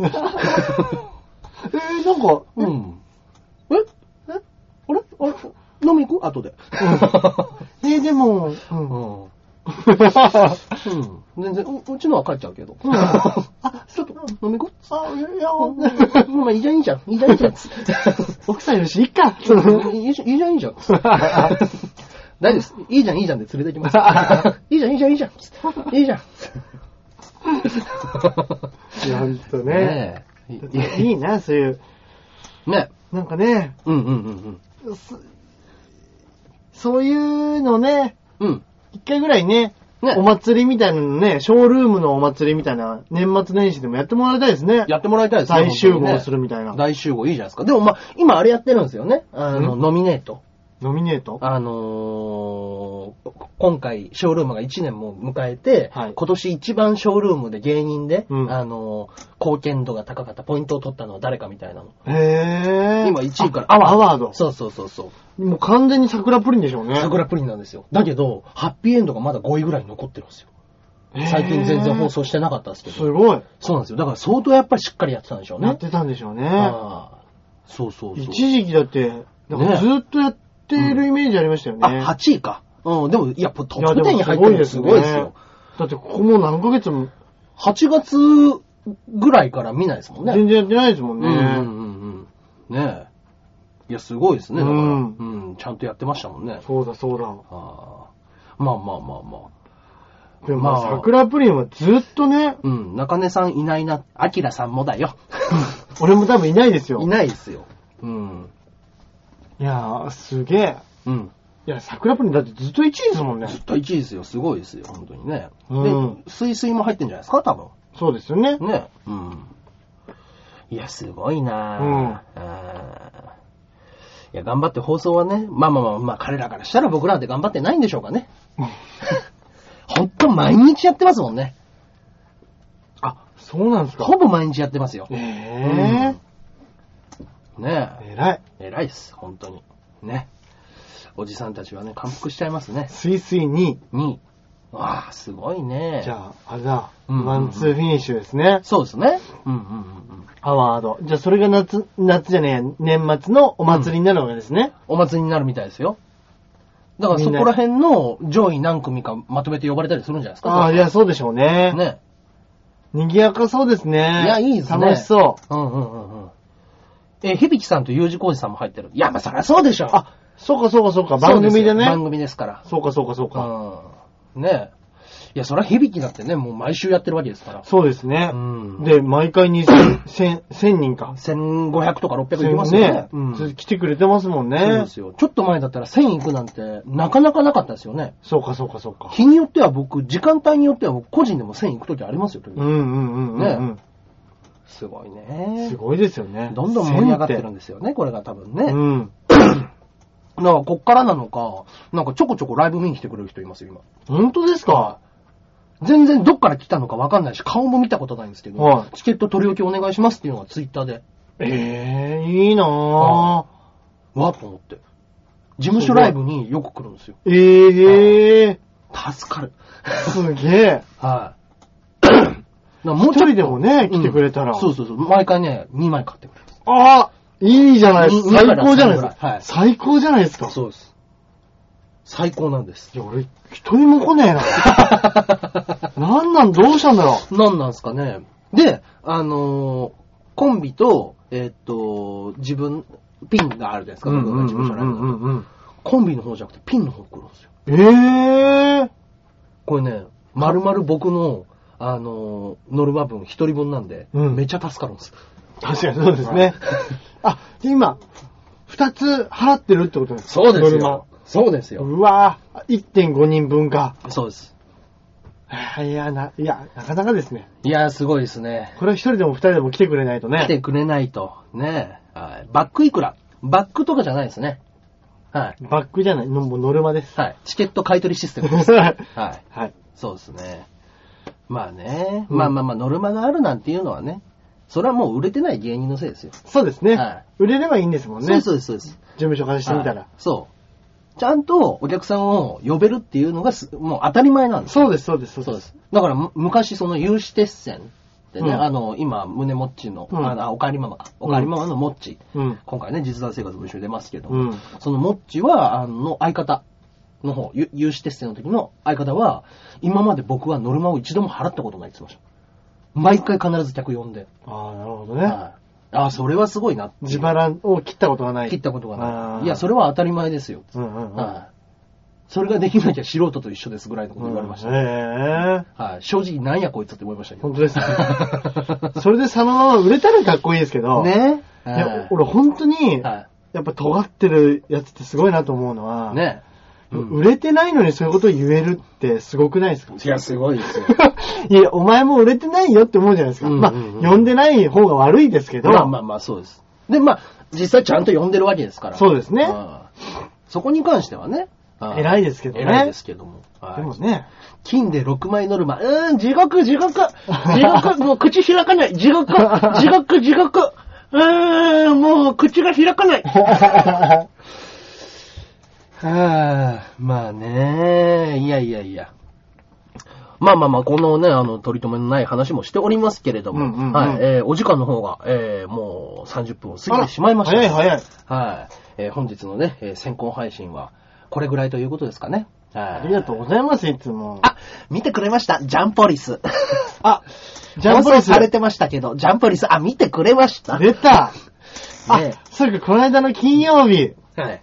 B: えー、なんか、
A: うん。ええあれあれ飲み行く後で。
B: えー、でも、う。
A: うん (laughs) ん。うん。全然、ううちのは帰っちゃうけど。あ、ちょっと飲み行く
B: あ、いやいや、
A: うんまあいいじゃんいいじゃん。いいじゃんいいじゃん。
B: 奥さんいるし、いっか。
A: いいじゃん、いいじゃん、いいじゃん。大丈夫です。いいじゃん、いいじゃんで連れてきます。いいじゃん、いいじゃん、いいじゃん。いいじゃん。
B: いや、ほんとね。
A: ね
B: いいいな、そういう。
A: え。ねえ。
B: なんかね、
A: うんうんうん
B: そそういうのね、
A: うん。うん。
B: 一回ぐらいね、
A: ね
B: お祭りみたいなのね、ショールームのお祭りみたいな、年末年始でもやってもらいたいですね。
A: やってもらいたいですね。
B: 大集
A: 本当に
B: 合
A: ね
B: するみたいな。
A: 大集合いいじゃないですか。でもまあ、今あれやってるんですよね。あの、
B: ん
A: ノミネート。
B: ノミネート
A: あのー今回、ショールームが1年も迎えて、
B: はい
A: 今年一番ショールームで芸人で、
B: うん
A: あのー貢献度が高かった、ポイントを取ったのは誰かみたいなの。
B: へえ。
A: 今1位から
B: アワード。
A: そうそうそうそう。
B: もう完全に桜プリンでしょうね。
A: 桜プリンなんですよ。だけど、ハッピーエンドがまだ5位ぐらいに残ってるんですよ。最近全然放送してなかったんですけ
B: へー
A: ど。
B: すごい。
A: そうなんですよ。だから相当やっぱりしっかりやってたんでしょう
B: や
A: ね
B: っ。てたんでしょうね。
A: ああそうそうそう。
B: 一時期だって、なんか
A: ね
B: ずっとやってるイメージありましたよね。
A: あ、8位か。うん、でも、いや、トッ
B: い
A: プ
B: やでも
A: 10に入ってるのす
B: す
A: ご
B: ご
A: い
B: い
A: で
B: ですす
A: よ
B: よ。だってここもう何ヶ月も
A: 8月ぐらいから見ないですもんね。
B: 全然やってないですもん
A: うんうん
B: ね。
A: うんうん。ねえ。いや、すごいですね、だから。う
B: うんん、
A: ちゃんとやってましたもんね。
B: そうだそうだ。
A: ああまあまあまあまあ。
B: でも
A: ま
B: ま
A: あ
B: あ桜プリンはずっとね、
A: うん、中根さんいないな、アキラさんもだよ。
B: 俺も多分いないですよ。
A: (laughs) いないですよ。うん。
B: いやー、すげえ。
A: うん。
B: いや、桜プリンだってずっと1位ですもんね
A: ず。っと1位ですよ、すごいですよ、本当にね。
B: うん
A: で、スイスイも入ってんじゃないですか、多分。
B: そうですよね。
A: ね。うん。いや、すごいなぁ。あーいや、頑張って放送はね、まあまあまあ、まあ、彼らからしたら僕らなんて頑張ってないんでしょうかね。ほんと毎日やってますもんね。
B: あ、そうなんですか。
A: ほぼ毎日やってますよ。
B: え
A: う
B: え
A: んね
B: ー。偉い。
A: え。偉いっす、本当に。ね。おじさんたちはね、感服しちゃいますね。
B: スイスイ2
A: 2位。わあ、すごいね。
B: じゃあ、あれだ。
A: うん
B: ワンツーフィニッシュですね。
A: そうですね。うんうんうんうん。
B: アワード。じゃあ、それが夏、夏じゃねえ、年末のお祭りになるわけですね。
A: お祭りになるみたいですよ。だからそこら辺の上位何組かまとめて呼ばれたりするんじゃないですか。
B: ああ、いや、そうでしょうね。
A: ね。
B: 賑やかそうですね。い
A: いや、いいですね。
B: 楽しそう。
A: う。うんうんうんうん。え、響さんと U 字工事さんも入ってる。いや、まあ、そりゃそうでしょ。
B: あ、そうかそうかそうか、
A: そ
B: 番
A: うす
B: 組
A: よ
B: でね。
A: 番組ですから。
B: そうかそうかそうか。
A: うん。ねいや、そりゃ響だってね、もう毎週やってるわけですから。
B: そうですね
A: う。ん。
B: で、毎回2000、1000 1000人か。
A: 1500とか600いきますよね。
B: ね
A: うん。そう
B: 来てくれてますもんね
A: で。すよ。ちょっと前だったら1000いくなんて、なかなかなかったですよね。
B: そうかそうかそうか。
A: 日によっては僕、時間帯によっては僕個人でも1000いくときありますよ、時々
B: うんうんうんうん
A: すごい
B: うん。
A: ね
B: す。ごいですよね。
A: どんどん盛り上がってるん
B: で
A: ですよね、これが多分
B: す
A: ね。
B: うん。
A: だから、こっからなのか、なんかちょこちょこライブ見に来てくれる人いますよ、今。
B: 本当ですか
A: 全然どっから来たのかわかんないし、顔も見たことないんですけど、
B: はい
A: チケット取り置きお願いしますっていうのがツイッターで、
B: ええ、いいなぁ。
A: わーっと思って。事務所ライブによく来るんですよ。
B: ええ、
A: 助かる。
B: すげえ。
A: はい。だからもうちょっと
B: (coughs) 一人でもね来てくれたら
A: うんそうそうそう。毎回ね、2枚買ってくれる。
B: ああいいじゃない
A: いい
B: 最高じゃないですか。
A: はい
B: 最高じゃないですか。
A: そうです。最高なんです。
B: いや、俺、一人も来ねえ
A: (laughs)
B: な。なんなん、どうしたんだろ
A: なんなんすかね。で、あのーコンビと、えーっと、自分、ピンがあるじゃないです
B: う。
A: か、僕が事務所ライブだと
B: うん。
A: コンビの方じゃなくてピンの方来るんですよ。
B: ええ
A: これね、まるまる僕の、あのーノルマ分一人分なんで、
B: うん
A: めっちゃ助かるんです。
B: 確かにそうですね。あ、で今、二つ払ってるってことですか
A: そうで
B: ノ
A: す
B: ルマ
A: よ。そうですよ。
B: うわぁ、1.5人分か。
A: そうです。
B: あいや、な、いや、なかなかですね。
A: いやー、すごいですね。
B: これは一人でも二人でも来てくれないとね。
A: 来てくれないと。ねはい。バックいくらバックとかじゃないですね。はい。
B: バックじゃない、のもうノルマです。
A: はい。チケット買い取りシステムです。
B: は
A: はい。
B: い。
A: そうですね。まあね、
B: うん
A: まあまあまあ、ノルマがあるなんていうのはね、それはもう売れてない芸人のせいですよ。
B: そうですね、
A: は
B: 売れればいいんですもんね。
A: そうです、そうです、そうです。
B: 事務所からしてみたら。
A: はいそう。ちゃんとお客さんを呼べるっていうのがす、もう当たり前なんです。
B: そうです、そうです、
A: そうで。す。だからむ、昔、その、有志鉄線でね、
B: うん
A: あの、今、胸もっちの、
B: うん
A: あのあおかえりママか。おかえりママのもっち。
B: うん。
A: 今回ね、実弾生活も一緒に出ますけど、
B: うん
A: そのもっちは、あの、相方の方、ゆ有志鉄線の時の相方は、今まで僕はノルマを一度も払ったことないって言ってました。毎回必ず客呼んで。
B: ああ、なるほど
A: はい
B: ね。
A: ああ、それはすごいなっていう
B: 自腹を切ったことがない。
A: 切ったことが
B: あ
A: な
B: ー
A: い。いや、それは当たり前ですよ。
B: うんうんうん。
A: はい。それができなきゃ素人と一緒ですぐらいのこと言われました。
B: ええ
A: はい。正直、なんやこいつって思いましたけど
B: 本。当ですね。 (laughs) それでそのまま売れたらかっこいいですけど。
A: ね
B: いや俺本当に、や
A: は
B: っぱ尖ってるやつってすごいなと思うのは、
A: い。ねうん
B: 売れてないのにそういうことを言えるってすごくないですか
A: いや、すごいですよ。
B: いや、お前も売れてないよって思うじゃないですか。
A: うんうんうん
B: まあ、呼んでない方が悪いですけど、
A: まあまあまあ、そうです。で、まあ、実際ちゃんと呼んでるわけですから。
B: そうですね
A: ん。そこに関してはね。うん
B: 偉いですけどね
A: 偉いですけども。は
B: で
A: い
B: もね、
A: 金で6枚ノルマ。うーん、地獄、地獄。地
B: (laughs)
A: 獄、もう口開かない。地獄、地獄、地獄。うーん、もう口が開
B: (laughs)
A: かない。はあ、まあね、いやいやいや。まあまあまあ、このね、あの、取り留めのない話もしておりますけれども、
B: うんうんうん
A: はい、えーお時間の方が、えーもう30分を過ぎてしまいました。
B: あら早い早い。
A: はい、えー本日のね、えー先行配信は、これぐらいということですかね。はい。
B: ありがとうございます、いつも。
A: あ、見てくれました。ジャンポリス。
B: あ、
A: (laughs) ジ
B: ジ
A: ャ
B: ャ
A: ン
B: ン
A: ポ
B: プ
A: リ
B: レ
A: ス
B: ス
A: されてましたけど、ジャンポリス、あ、見てくれました。
B: 出た。あ、
A: ね
B: そうか、この間の金曜日。
A: はい。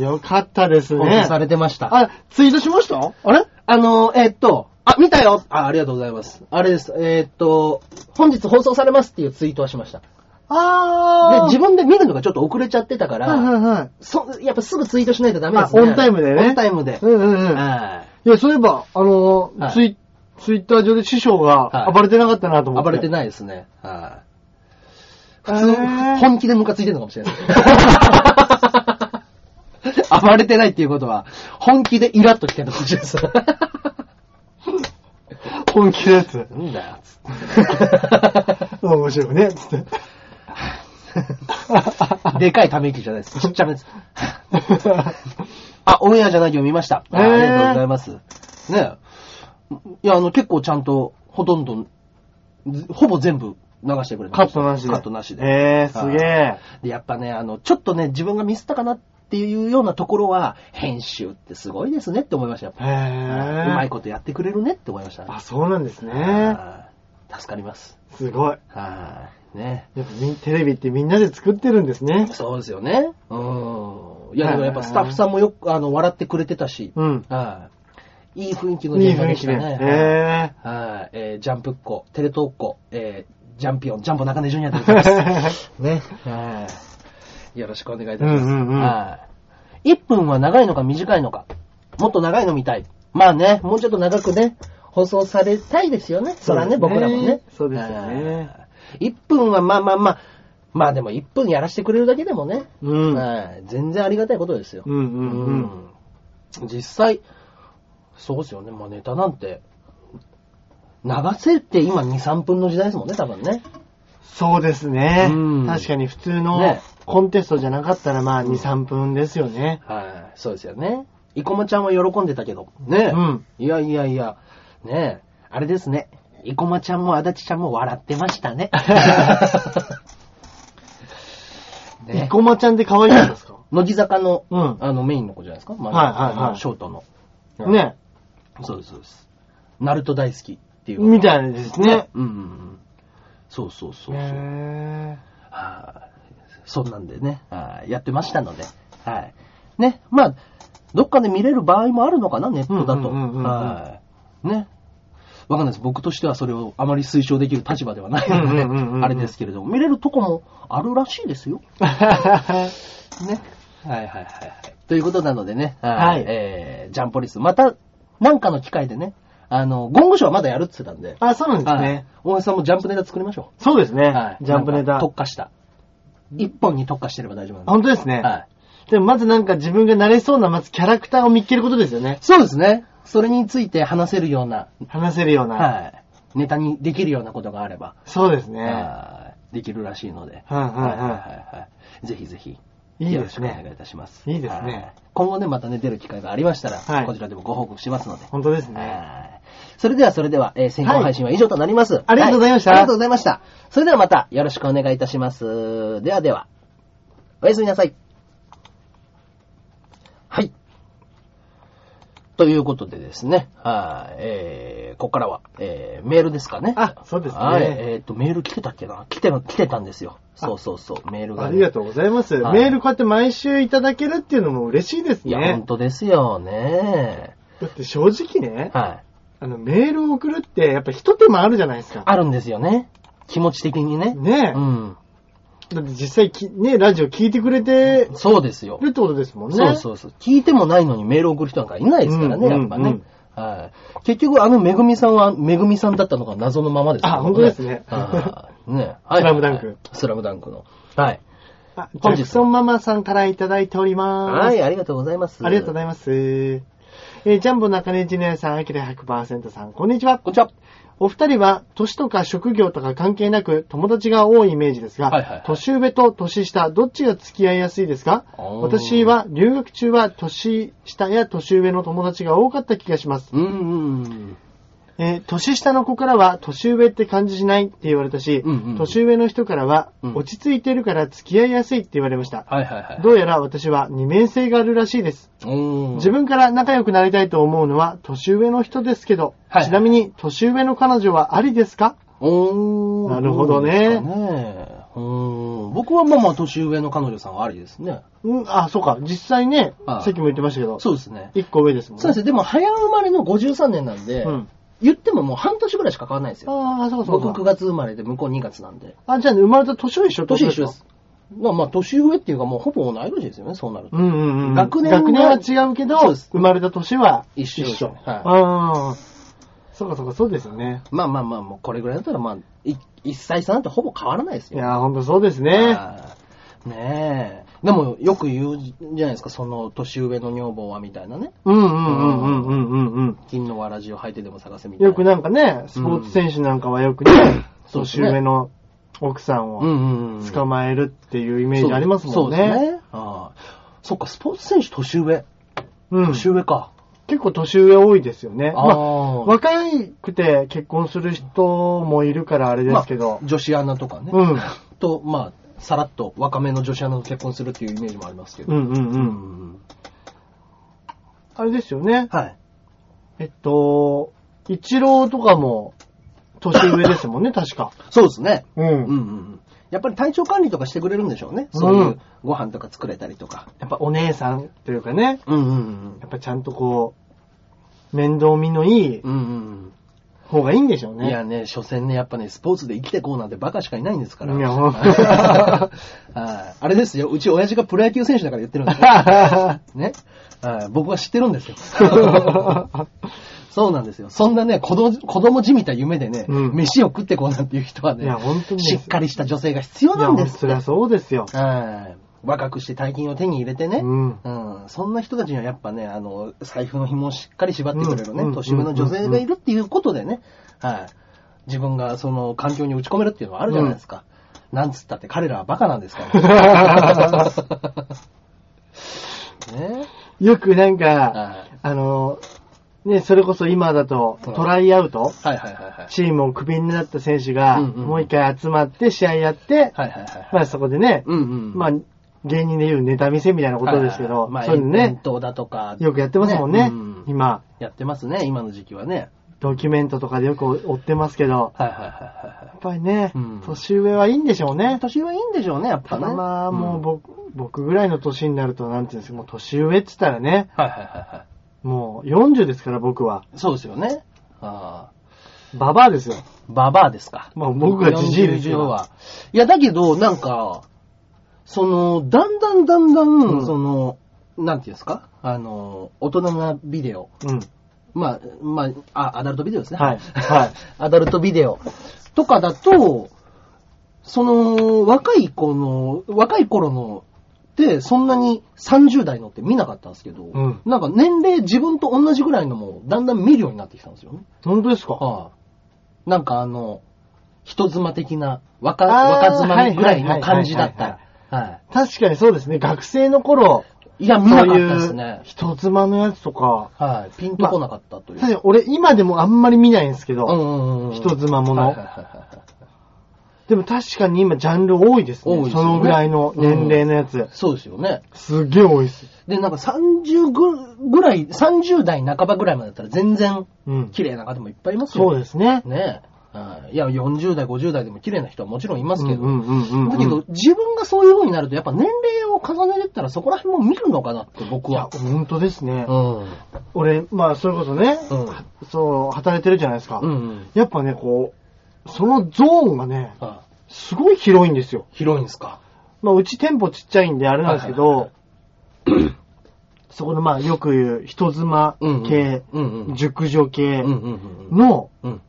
B: よかったです
A: 放
B: ね
A: 送。されてました。
B: あ、ツイートしました
A: あれあの、えーっと、あ、見たよあ、ありがとうございます。あれです。えーっと、本日放送されますっていうツイートはしました。で、
B: あ
A: 自分で見るのがちょっと遅れちゃってたか
B: はいは
A: ら、
B: いはい。
A: そ、やっぱすぐツイートしないとダメですね。
B: あオンタイムでね
A: オンタイムで。
B: うんうんうん。
A: はい
B: や、そういえば、あのー
A: はい
B: ツイ、ツイッター上で師匠
A: は
B: が
A: い
B: 暴れてなかったなと
A: い。
B: 思って。
A: 暴れて
B: な
A: ないですね。はい。
B: い。
A: 普通、本気でムカついてるのかもしれない。 (laughs) 暴れてないっていうことは、本気でイラッときてるのかもしれないです。
B: 本気のやつ。
A: なんだよ、つって
B: 面白い
A: (laughs)
B: ね、つって。 (laughs)
A: でかいため息じゃないです。ちっちゃめです。あ、オンエアじゃないけど見ました。あ
B: へー
A: ありがとうございます。ねえいや、あの、結構ちゃんと、ほとんど、ずほぼ全部流してくれて
B: カッ
A: ました
B: トなしで。
A: カットなしで。
B: えー、すげえ。
A: で、やっぱね、あの、ちょっとね、自分がミスったかなっていうようなところは、編集ってすごいですねって思いました、やっぱ。
B: へー
A: うまいことやってくれるねって思いましたね
B: あ、。そうなんですね。
A: はい助かります。
B: すごい。
A: はい。ね。
B: やっぱみテレビってみんなで作ってるんですね。
A: そうですよね。うん。いや、でもやっぱ
B: はい
A: スタッフさんもよく、あの、笑ってくれてたし、
B: うん。
A: はい。いい雰囲気の
B: いい
A: 現場
B: 雰
A: で
B: 囲
A: し
B: 気
A: た
B: で。
A: ね。
B: へ
A: はい。えージャンプっ子、テレ東っ子、えージャンピオン、ジャンボ中根ジュニアでございます。
B: え。
A: ね。はい。よろしくお願いいたします。
B: うんうんうん
A: はい。1分は長いのか短いのか。もっと長いのみたい。まあね、もうちょっと長くね、放送されたいですよね。そらね、
B: そうですね
A: 僕らもね。
B: そうですよね
A: はい。1分はまあまあまあ、まあでも1分やらせてくれるだけでもね、
B: うん。うん
A: はい全然ありがたいことですよ。
B: うんうん。
A: うん実際、そうですよね、まあネタなんて、流せって今2、3分の時代ですもんね、多分ね。
B: そうですね
A: うん。
B: 確かに普通の
A: ね
B: コンテストじゃなかったらまあ2、3分ですよね。
A: はい、そうですよね。生駒ちゃんは喜んでたけど。ねえ。
B: うん
A: いやいやいや。ねえ。あれですね。生駒ちゃんも足立ちゃんも笑ってまし
B: (laughs)
A: たね。
B: 生
A: ね
B: 駒ちゃんで可愛いんです
A: (coughs)
B: か
A: 乃木坂の、
B: うん
A: あの、メインの子じゃないですか。ま
B: はいはいはい
A: あのショートの。うん
B: ね。
A: そうです、そうです。ナルト大好きっていう。
B: みたいですね。
A: うんうんうん。そうそうそうそう。
B: へ
A: はいそんなんでね、はいやってましたので、はい。ね、まあ、どっかで見れる場合もあるのかな、ネットだと。
B: うんうんうんうん
A: はい。ね。わかんないです。僕としてはそれをあまり推奨できる立場ではないので、
B: うんうんうんうんうん
A: あれですけれども、見れるとこもあるらしいですよ。
B: ー
A: ね。はいはいはいはい。ということなのでね、
B: はい
A: えー、ジャンポリス、また、なんかの機会でね、あの、ゴングショーはまだやるって言ってたんで。
B: (laughs) あ、そうなんですね。
A: はい。大橋さんもジャンプネタ作りましょ
B: そうです
A: う。
B: ね。
A: はい。
B: ジャンプネ
A: なん
B: タ
A: か。特化した。一本に特化してれば大丈夫なんで。
B: 本当ですね。
A: はい。
B: でもまずなんか自分が慣れそうな、まずキャラクターを見っけることですよね。
A: そうですね。それについて話せるような、
B: 話せるような。
A: はい。ネタにできるようなことがあれば、
B: そうですね。
A: はいできるらしいので。
B: はいはいはい
A: いはい。ぜひぜひ。
B: いいですね
A: よろしくお願いいたします。
B: いいですね
A: は。今後ね、またね、出る機会がありましたら、
B: はい
A: こちらでもご報告しますので。
B: 本当ですね。
A: はいそれでは、それでは、えー先行配信は以上となります、
B: ありがとうございました
A: はありがとうございました。それではまた、よろしくお願いいたします。ではでは、おやすみなさい。はい。ということでですね、はい、えー、ここからは、えー、メールですかね。
B: あ、そうですね。
A: はい、えっ、と、メール来てたっけな来て、来てたんですよ。そうそうそう、メールが、ね。
B: ありがとうございます。
A: はい
B: メールこうやって毎週いただけるっていうのも嬉しいです
A: いや、
B: ね
A: 本。当ですよね。
B: だって正直ね、
A: はい。
B: あの、メールを送るってやっぱ一手間あるじゃないですか。
A: あるんですよね。気持ち的にね。
B: ね
A: うん。
B: え。だって実際き、ね、ラジオ聞いてくれて
A: そうですよ。
B: るってことですもんね。
A: そうそうそう。聞いてもないのにメール送る人なんかいないですからね、
B: うん
A: やっぱね。
B: うんうん
A: はい。結局、あの、めぐみさんは、めぐみさんだったのが謎のままですけど
B: あ本当ですね
A: はいね。は
B: (laughs)
A: い。
B: スラムダンク
A: スラムダンクの。はい。
B: あ、ジ
A: 本
B: ャ
A: 日
B: クソンママさんからいただいております。
A: はい、ありがとうございます。
B: ありがとうござ
A: い
B: います。えージャンボ中根ジュニアさん、アキラ100%さん、こんにちは。
A: こんにちは。
B: お二人は、年とか職業とか関係なく、友達が多いイメージですが、
A: はいはいはい
B: 年上と年下、どっちが付き合いやすいですか
A: おー
B: 私は、留学中は、年下や年上の友達が多かった気がします。
A: うんうん
B: えー年下の子からは、年上って感じしないって言われたし、
A: うんうん
B: 年上の人からは、
A: うん
B: 落ち着いてるから付き合いやすいって言われました。
A: はいはいはい。
B: どうやら私は二面性があるらしいです。
A: うん
B: 自分から仲良くなりたいと思うのは年上の人ですけど、
A: はい
B: ちなみに年上の彼女はありですか
A: おー
B: なるほどね
A: そうですかねうん僕はまあまあ年上の彼女さんはありですね。
B: うん、あ、そうか。実際ね
A: は、い
B: さっきも言ってましたけど、
A: そうですね。
B: 一個上ですもんね。
A: そうですね。でも早生まれの53年なんで、
B: うん
A: 言ってももう半年ぐらいしか変わらないんですよ。
B: ああ、そうかそう
A: 僕
B: か。
A: 9月生まれで向こう2月なんで。
B: あ、じゃあ、生まれた年は一緒ってこと
A: 年一緒で。す。まあまあ年上っていうかもうほぼ同い年ですよね、そうなると。
B: うんうんうん。
A: 学年が
B: 学年は違うけど、
A: そうです
B: 生まれた年は
A: 一緒です
B: 一緒。
A: ねはい
B: ああ。そうかそうか、そうですよね。
A: まあまあまあ、もうこれぐらいだったらまあ、い1歳差なんてほぼ変わらないです
B: い
A: よ。
B: やー、ほんとそうですね。
A: はいねえ。でもよく言うじゃないですか、その年上の女房はみたいなね。
B: うんうんうんうんうんうんうん。
A: 金のわらじを履いてでも探せみたいな。
B: よくなんかね、スポーツ選手なんかはよくね、 (clears throat)
A: そうです
B: 年
A: ね
B: 上の奥さんを
A: うんうんうん。
B: 捕まえるっていうイメージありますもんね。
A: そうですね。ああそっか、スポーツ選手年上。
B: うん、
A: 年上か。
B: 結構年上多いですよね。
A: あー
B: まあ、若くて結婚する人もいるからあれですけど
A: まあ。女子アナとかね。
B: うん
A: と、まあ、さらっと若めの女子アナと結婚するっていうイメージもありますけど。
B: うんうんう。
A: うんん。
B: あれですよね。
A: はい。
B: えっと、一郎とかも年上です
A: (coughs)
B: もんね、確か。
A: そうですね。
B: う。
A: うんうんん。やっぱり体調管理とかしてくれるんでしょうね。そういううんご飯とか作れたりとか。
B: やっぱお姉さんというかね、
A: うんうん
B: やっぱちゃんとこう、面倒見のいい
A: うん。うん
B: 方がいいんでしょう
A: うん。い
B: ね。
A: やね、所詮ね、やっぱね、スポーツで生きてこうなんてバカしかいないんですから。
B: いやほん
A: (laughs) はいあれですよ、うち親父がプロ野球選手だから言ってるんですよ。
B: (laughs)
A: ね。はい僕は知ってるんですよ。そうなんですよ。そんなね、子供子供じみた夢でね、
B: うん
A: 飯を食ってこうなんていう人はいね
B: や、本当に
A: しっかりした女性が必
B: い
A: 要
B: や
A: なん
B: ほ
A: で
B: ん
A: す
B: と。そりゃそうですよ。
A: はい若くして大金を手に入れてね、
B: うん
A: うんそんな人たちにはやっぱね、あの、財布の紐をしっかり縛ってくれるね、
B: うん
A: 年上の女性がいるっていうことでね、はい。自分がその環境に打ち込めるっていうのはあるじゃないですか。なんつったって彼らはバカなんで
B: (laughs)
A: すから。ね
B: よくなんか、
A: はい
B: あの、ね、それこそ今だと、
A: うん
B: トライアウト、
A: はいはいはいはい。
B: チームをクビになった選手が、
A: うんうん
B: もう一回集まって試合やって、
A: はいはいはいはい。
B: まあそこでね、
A: うんうん。
B: まあ、芸人で言うネタ見せみたいなことですけど、
A: はいはいはいまあ、
B: そういうの
A: 遠
B: ね、
A: 投だとか、
B: よくやってますもんね。
A: うん
B: 今、
A: やってますね、今の時期はね。
B: ドキュメントとかでよく追ってますけど、
A: はいはいはいはいはい。
B: やっぱりね、
A: うん
B: 年上はいいんでしょうね。
A: 年上いいんでしょうね、やっ
B: た
A: ぱね。
B: だまあ、もう
A: 僕
B: 僕、僕ぐらいの年になると、なんていうんですか、もう年上って言ったらね、
A: はいはいはいは
B: もう40ですから僕は。
A: い。そうですよね。あ
B: ババアですよ。
A: あ。ババアですか。
B: まあ僕がジジイですよ
A: 40は。いや、だけど、なんか、その、だんだんだんだん、
B: うん
A: その、なんていうんですかあの、大人なビデオ
B: うん。
A: まあ、まあ、あ、アダルトビデオですね。
B: はいはい
A: (laughs) アダルトビデオとかだと、その、若い子の、若い頃の、で、そんなに30代のって見なかったんですけど、
B: うん
A: なんか年齢自分と同じぐらいのも、だんだん見るようになってきたんですよね。
B: 本当ですか
A: はい。なんかあの、人妻的な、若、
B: あー
A: 若妻ぐらいの感じだった。は
B: 確かにそうですね。学生の頃、
A: い。いや、見なかったですね
B: そういう。人妻のやつとか、
A: はい。ピンとこなかったという。
B: 確かに俺今でもあんまり見ないんですけど、
A: うんうんうん。
B: 人妻もの、
A: はいはいはいはい
B: でも確かに今ジャンル多いですね。
A: 多いですよ
B: そ
A: ね
B: のぐらいの年齢のやつ。
A: そうですよね。
B: すっげえ多いです。
A: で、なんか30ぐぐらい、30代半ばぐらいまでだったら全然
B: うん。
A: 綺麗な方もいっぱいいますよ。
B: そうですね。
A: す。ねえ。はいいや、40代、50代でも綺麗な人はもちろんいますけど、
B: うんうんうんうん、
A: だけど、自分がそういう風になると、やっぱ年齢を重ねてったらそこら辺も見るのかなって僕
B: いや、
A: は。
B: 本当ですね。
A: うん。
B: 俺、まあ、それこそね、
A: うん
B: そう、働いてるじゃないですか。
A: うんうん。
B: やっぱね、こう、そのゾーンがね、
A: あ
B: すごい広いんですよ。
A: 広いんですか。
B: まあ、うち店舗ちっちゃいんであれなんですけど、
A: はいはい
B: そこのまあ、よく言う人妻
A: うんうん
B: 系、
A: うんうん
B: 熟女系
A: う
B: の、
A: んうんうん。うん。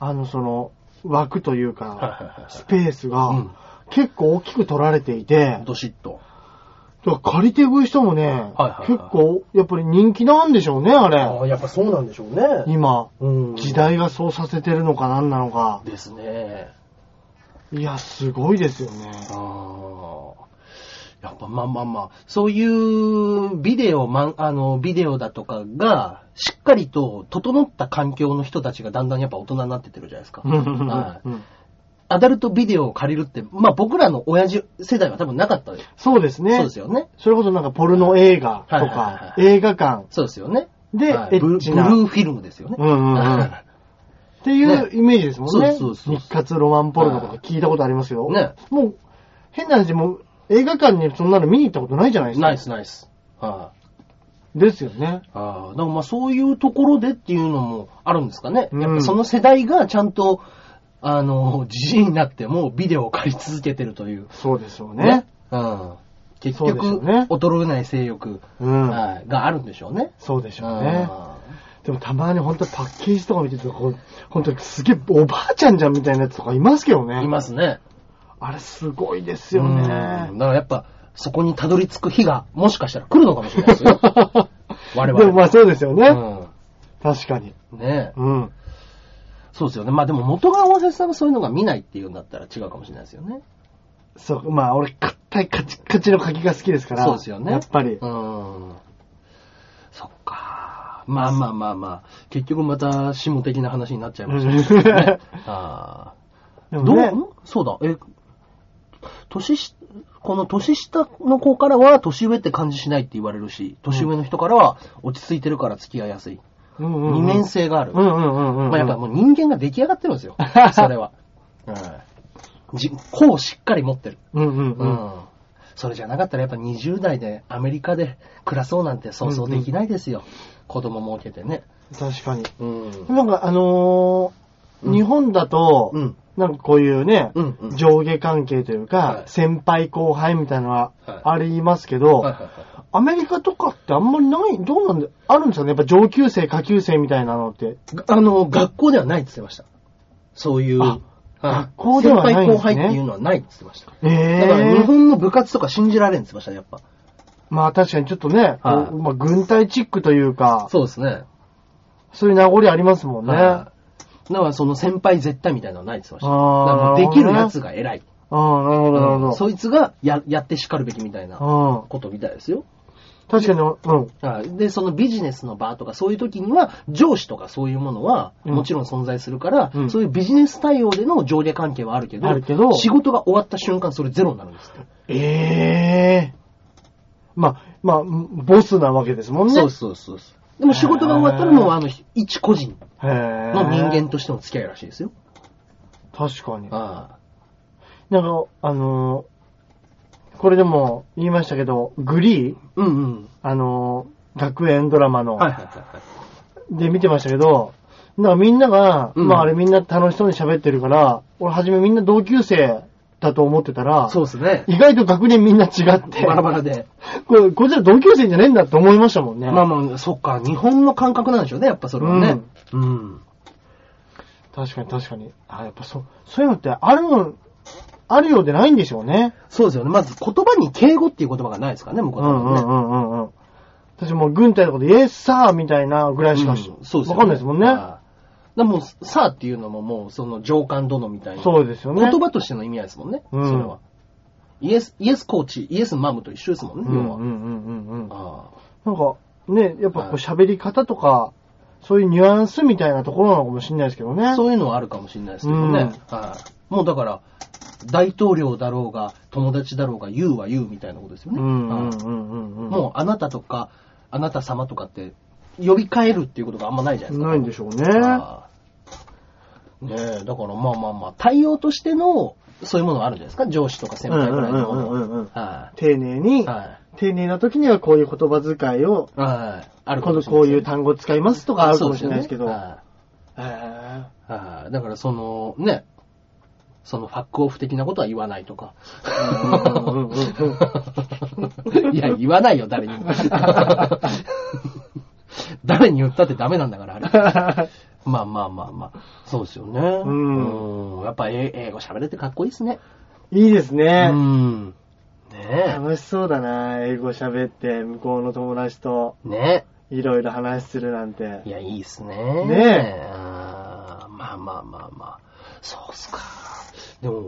B: あの、その、枠というか、
A: はいはいはいはい
B: スペースが、
A: うん
B: 結構大きく取られていて、
A: どしっと。
B: だから借りていく人もね、
A: はいはい
B: 結構、やっぱり人気なんでしょうね、あ
A: あ
B: れ。
A: あ、やっぱそうなんでしょうね。
B: 今、
A: うん
B: 時代がそうさせてるのか何なのか。
A: ですね。
B: いや、すごいですよね。
A: ああ。やっぱまあまあまあ、そういうビデオ、まん、あの、ビデオだとかが、しっかりと整った環境の人たちがだんだんやっぱ大人になってってるじゃないですか。は
B: う
A: い。
B: ん
A: アダルトビデオを借りるって、まあ僕らの親父世代は多分なかった、
B: そうですね。
A: そうですよね。
B: それこそなんかポルノ映画と
A: はいはいはい
B: か
A: は、い
B: 映画館
A: そうですよね。
B: で、
A: はい
B: エ
A: ブル
B: ッ
A: ブ
B: チ
A: ル
B: な。
A: ーフィルムですよね。
B: うんうんうん
A: はい
B: っていう
A: ね
B: イメージですもんね。
A: そうそうそう
B: 日活ロマンポルノとか聞いたことありますけど。
A: ね
B: もう、変な話、もう映画館にそんなの見に行ったことないじゃないですか。
A: ナイスナイス。はい、
B: ですよね。
A: ああ、だからまあそういうところでっていうのもあるんですかね。
B: うん
A: やっぱその世代がちゃんと、あの、じじいになってもビデオを借り続けてるという。
B: そうでしょうね。。
A: うん。結
B: そうでしょう
A: 局、
B: ね
A: 衰えない性欲、
B: うん
A: はいがあるんでしょうね。
B: そうでしょうね。
A: あ
B: でもたまに本当パッケージとか見てると、こう、本当すげえおばあちゃんじゃんみたいなやつとかいますけど
A: あ
B: ね。
A: いますね。
B: あれすごいですよね
A: うん。だからやっぱ、そこにたどり着く日が、もしかしたら来るのかもしれないで
B: (laughs)
A: すよ。我々。
B: でもまあそうですよね。
A: うん
B: 確かに。
A: ねえ
B: うん。
A: そうですよね。まあでも元が大橋さんがそういうのが見ないっていうんだったら違うかもしれないですよね。
B: そう、まあ俺、硬いカチカチの柿が好きですから。
A: そうですよね。
B: やっぱり。
A: うん。そっか。まあまあまあまあ。結局また、下的な話になっちゃいましたけどね。あ
B: (laughs) で
A: あ。
B: も
A: ど
B: ね、
A: うそうだ。え、年し、この年下の子からは年上って感じしないって言われるし、年上の人からは落ち着いてるから付き合いやすい。
B: うんうんうん
A: 二面性がある。
B: うんうんうんうん。
A: まあやっぱもう人間が出来上がってるんですよ。
B: (laughs)
A: それは。うん。じ、こうしっかり持ってる。
B: うんうん
A: う
B: うん。
A: ん。それじゃなかったらやっぱ20代でアメリカで暮らそうなんて想像できないですよ。子供儲けてね。
B: 確かに。
A: うん。
B: なんかあのー
A: うん
B: 日本だと、
A: うん
B: なんかこういうね、
A: うんうん
B: 上下関係というか、
A: はい
B: 先輩後輩みたいなのは
A: はい
B: ありますけど、
A: はいはいはい
B: アメリカとかってあんまりない、どうなんで、あるんですかねやっぱ上級生、下級生みたいなのって。
A: あの、学校ではないって言ってました。そういう。
B: あ
A: はい
B: 学校ではないんですね
A: 先輩後輩っていうのはないって言ってました。
B: ええ
A: だから日本の部活とか信じられんって言ってましたね、やっぱ。
B: まあ確かにちょっとね、こう
A: はい
B: まあ軍隊チックというか、
A: そうですね。
B: そういう名残ありますもんね。
A: はいだからその先輩絶対みたいなのはないって言ってました。
B: あー
A: だからもうできるやつが偉い。
B: ああ、なるほど、なるほど。
A: そいつがややってしかるべきみたいな
B: うん
A: ことみたいですよ。
B: 確かに、うん。
A: はいで、そのビジネスの場とかそういう時には、上司とかそういうものは
B: うん
A: もちろん存在するから、
B: うん
A: そういうビジネス対応での上下関係はあるけど、
B: あるけど
A: 仕事が終わった瞬間それゼロになるんですって。
B: ええまあ、まあ、ボスなわけですもんね。
A: そうそうそうそう。でも仕事が終わったらもうあの、一個人
B: へえ。
A: の人間としての付き合いらしいですよ。
B: 確かに。
A: あ
B: なんか、あのーこれでも言いましたけど、グリー、
A: あ。うんうん。
B: あのー学園ドラマの、
A: はいはいはいはい。
B: で見てましたけど、なんかみんなが、
A: うん
B: まああれみんな楽しそうに喋ってるから、俺はじめみんな同級生だと思ってたら、
A: そうですね。
B: 意外と学年みんな違って、
A: (laughs) バラバラで。
B: これ、こっちら同級生じゃねえんだって思いましたもんね。
A: (laughs) まあまあ、そっか、日本の感覚なんでしょうね、やっぱそれはね。うん。
B: 確かに確かに。あ、やっぱそう、そういうのってあるの、あるようでないんでしょうね。
A: そうですよね。まず言葉に敬語っていう言葉がないですからね、向こ
B: う
A: うんの方
B: う
A: はね。
B: んうんうんうん。私もう軍隊のこと、イエスサーみたいなぐらいしかし、
A: うんそうですよ
B: わかんないですもんね。
A: はいだからもう、さあっていうのももう、その上官殿みたいな。
B: そうですよね。
A: 言葉としての意味合いですもんね、
B: うん
A: それは。イエス、イエスコーチ、イエスマムと一緒ですもんね、
B: うんうん
A: 要は。
B: うんうんうん。
A: あ
B: なんか、ね、やっぱこ
A: は
B: う
A: い
B: 喋り方とか、そういうニュアンスみたいなところなのかもしれないですけどね。
A: あそういうのはあるかもしれないですけどね。
B: うん
A: はいもうだから、大統領だろうが、友達だろうが、言うは言うみたいなことですよ
B: う
A: ね。
B: んうん
A: はい
B: うんうんうん。
A: もう、あなたとか、あなた様とかって、呼び換えるっていうことがあんまないじゃないですか。
B: ないんでしょうね。
A: ああねえ、だからまあまあまあ、対応としての、そういうものがあるじゃないですか。上司とか先輩ぐらいのも
B: うんうんう
A: の
B: んうんうん
A: は
B: 丁寧
A: い。
B: に、
A: は
B: 丁寧な時にはこういう言葉遣いを、
A: い。はい。あるか
B: こ
A: も
B: の
A: しれ
B: こ
A: な
B: う
A: い
B: い
A: ですね
B: う単語使いますとかあるかもしれないですけど。
A: そうよねはい
B: へー
A: はいだからその、ね、そのファックオフ的なことは言わないとか
B: うんうんう
A: (laughs)
B: んう。ん
A: いや、言わないよ、
B: (laughs)
A: 誰にも。誰に言ったってダメなんだから、あれ。まあまあまあまあ、そうですよね。うんん。やっぱ英英語喋れてかっこいいですね。
B: (laughs) いいですね。
A: うん。ね
B: 楽しそうだな、英語喋って、向こうの友達と
A: え。ね
B: いろいろ話するなんて
A: え。い。や、いいっすね。
B: ねえ
A: あーまあまあまあまあ。そうっすか。でも、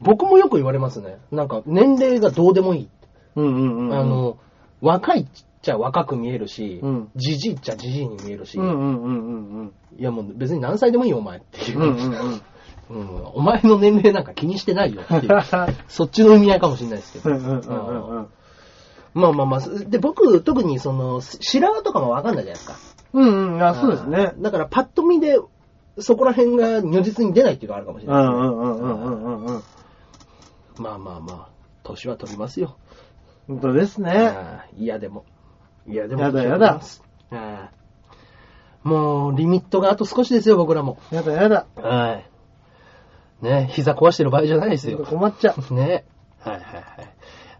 A: 僕もよく言われますね。なんか、年齢がどうでもいい。
B: うんうんうんうん。
A: あ、の、若いっちゃ若く見えるし
B: うん、
A: じじいっちゃじじいに見えるし、
B: うんうんうんうんうん。
A: いやもう別に何歳でもいいよ、お前っていうう。
B: んうんうん。。
A: うんお前の年齢なんか気にしてないよっていう (laughs) そっちの意味合いかもしれないですけ
B: う
A: ど。
B: んうんうんうん
A: まあまあまあ、で、僕、特にその、白髪とかもわかんないじゃないですか。
B: うんうん、あ、そうですね
A: あ。ーだから、パッと見で、そこら辺が如実に出ないっていうのがあるかもし
B: う
A: れ
B: んう
A: ないで
B: ん
A: すね。
B: うんうんうんうん。
A: まあまあまあ、年は取りますよ。
B: 本当ですね。
A: あー嫌でも。嫌でも。
B: やだやだ。
A: あーもう、リミットがあと少しですよ、僕らも。
B: やだやだ。
A: はい。ね、膝壊してる場合じゃないですよ。
B: 困っちゃう。
A: ね。はいはいはい。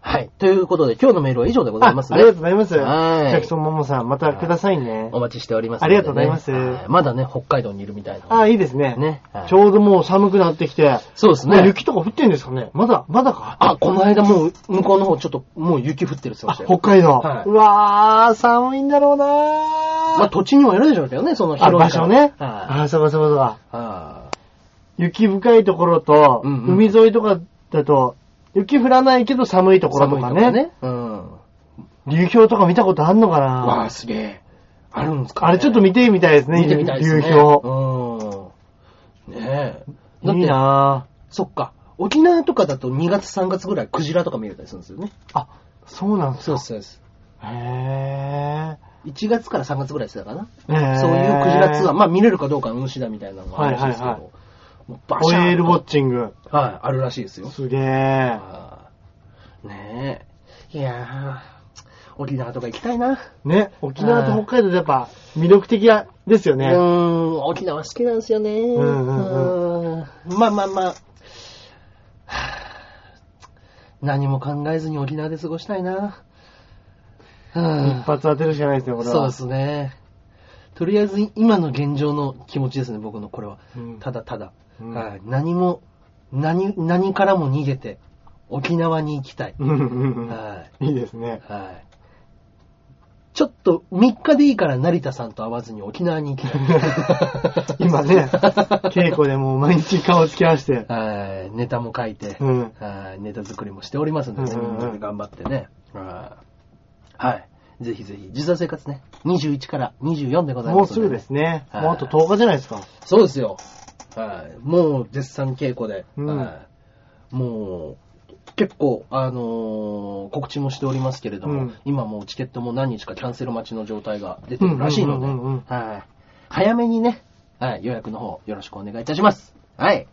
A: はい。ということで、今日のメールは以上でござ
B: ああ
A: い
B: り
A: ま
B: が
A: すね。
B: とうございます。ジ
A: はい。
B: ャクソンママさん、またくださいね
A: お。待ちしておりますの
B: あ
A: で
B: り
A: ね、
B: がとうございます
A: はまだね、北海道にいるみたいな。
B: あ、いいですね。
A: ねはい
B: ちょうどもう寒くなってきて。
A: そうです
B: もう
A: ね。
B: 雪とか降ってんですかねまだ、まだか。
A: あ、この間もう、向こうの方ちょっと、もう雪降ってるって言
B: あ
A: ってました
B: 北海
A: よ。
B: 道。
A: はいう
B: わー、寒いんだろうなー。
A: まあ、土地にもよるでしょうけどね、その
B: あ、
A: 広
B: 場
A: いか
B: 所
A: ら
B: ね。
A: はい。
B: あ、そうかそうかそうか。
A: あ
B: 雪深いところと、
A: うんうん
B: 海沿いとかだと、雪降らないけど寒いところとかね。
A: ね。うん。
B: 流氷とか見たことあんのかな
A: わあ、すげえ。あるんですか、
B: あれちょっと見てみたいですね、
A: 見てみたいですね。
B: 流氷。
A: うん。ねえ。
B: いい
A: だって、
B: な
A: そっか。沖縄とかだと2月3月ぐらいクジラとか見れたりするんですよね。
B: ぁあ、そうなんです
A: そう
B: か。
A: です、そうです。
B: へぇ
A: 1月から3月ぐらいしてたかな。
B: ー。
A: そういうクジラツア
B: ー。
A: ー、まあ見れるかどうかの運指だみたいなのがあるらしいですけど、
B: はいはい
A: もうバ
B: ホ
A: シ
B: エ
A: ャ
B: ールウォッ
A: ーン
B: チング。
A: とはい、あるらしいですよ。
B: すげえ。
A: あーねえ。いやー、沖縄とか行きたいな。
B: ね、沖縄と北海道でやっぱ魅力的ですよ
A: う
B: ね。
A: ーん、沖縄好きなんですよね。うん
B: うん
A: ーんまあまあま (sighs) あ。はあ何も考えずに沖縄で過ごしたいな。
B: 一
A: はあ
B: 発当てるしかないですね、これは。
A: そうですね。とりあえず今の現状の気持ちですね、僕のこれは。
B: うん
A: ただただ、
B: うん
A: はい、何も何、何からも逃げて、沖縄に行きたい。
B: うんうんうん
A: はい
B: いですね。。
A: いはい、ちょっと3日でいいから成田さんと会わずに沖縄に行きたい
B: (laughs) 今ね、稽古でもう毎日顔つき合わせて。
A: (laughs) はい、ネタも書いて、
B: うん
A: はいネタ作りもしておりますのでね、
B: うんうんうん
A: みんなで頑張ってね。はいはい。ぜひぜひ、実際生活ね、21から24でござい
B: も
A: ま
B: う
A: す
B: す
A: のでね、
B: ぐですね。
A: はい
B: もうあと10日じゃないですか。
A: そうですよ。はい。もう絶賛稽古で、
B: うん
A: はい。もう、結構、あのー告知もしておりますけれども、
B: うん
A: 今もうチケットも何日かキャンセル待ちの状態が出てるらしいので、
B: うんうんうんうん
A: はい。早めにね、はい、予約の方よろしくお願いいたします。はい。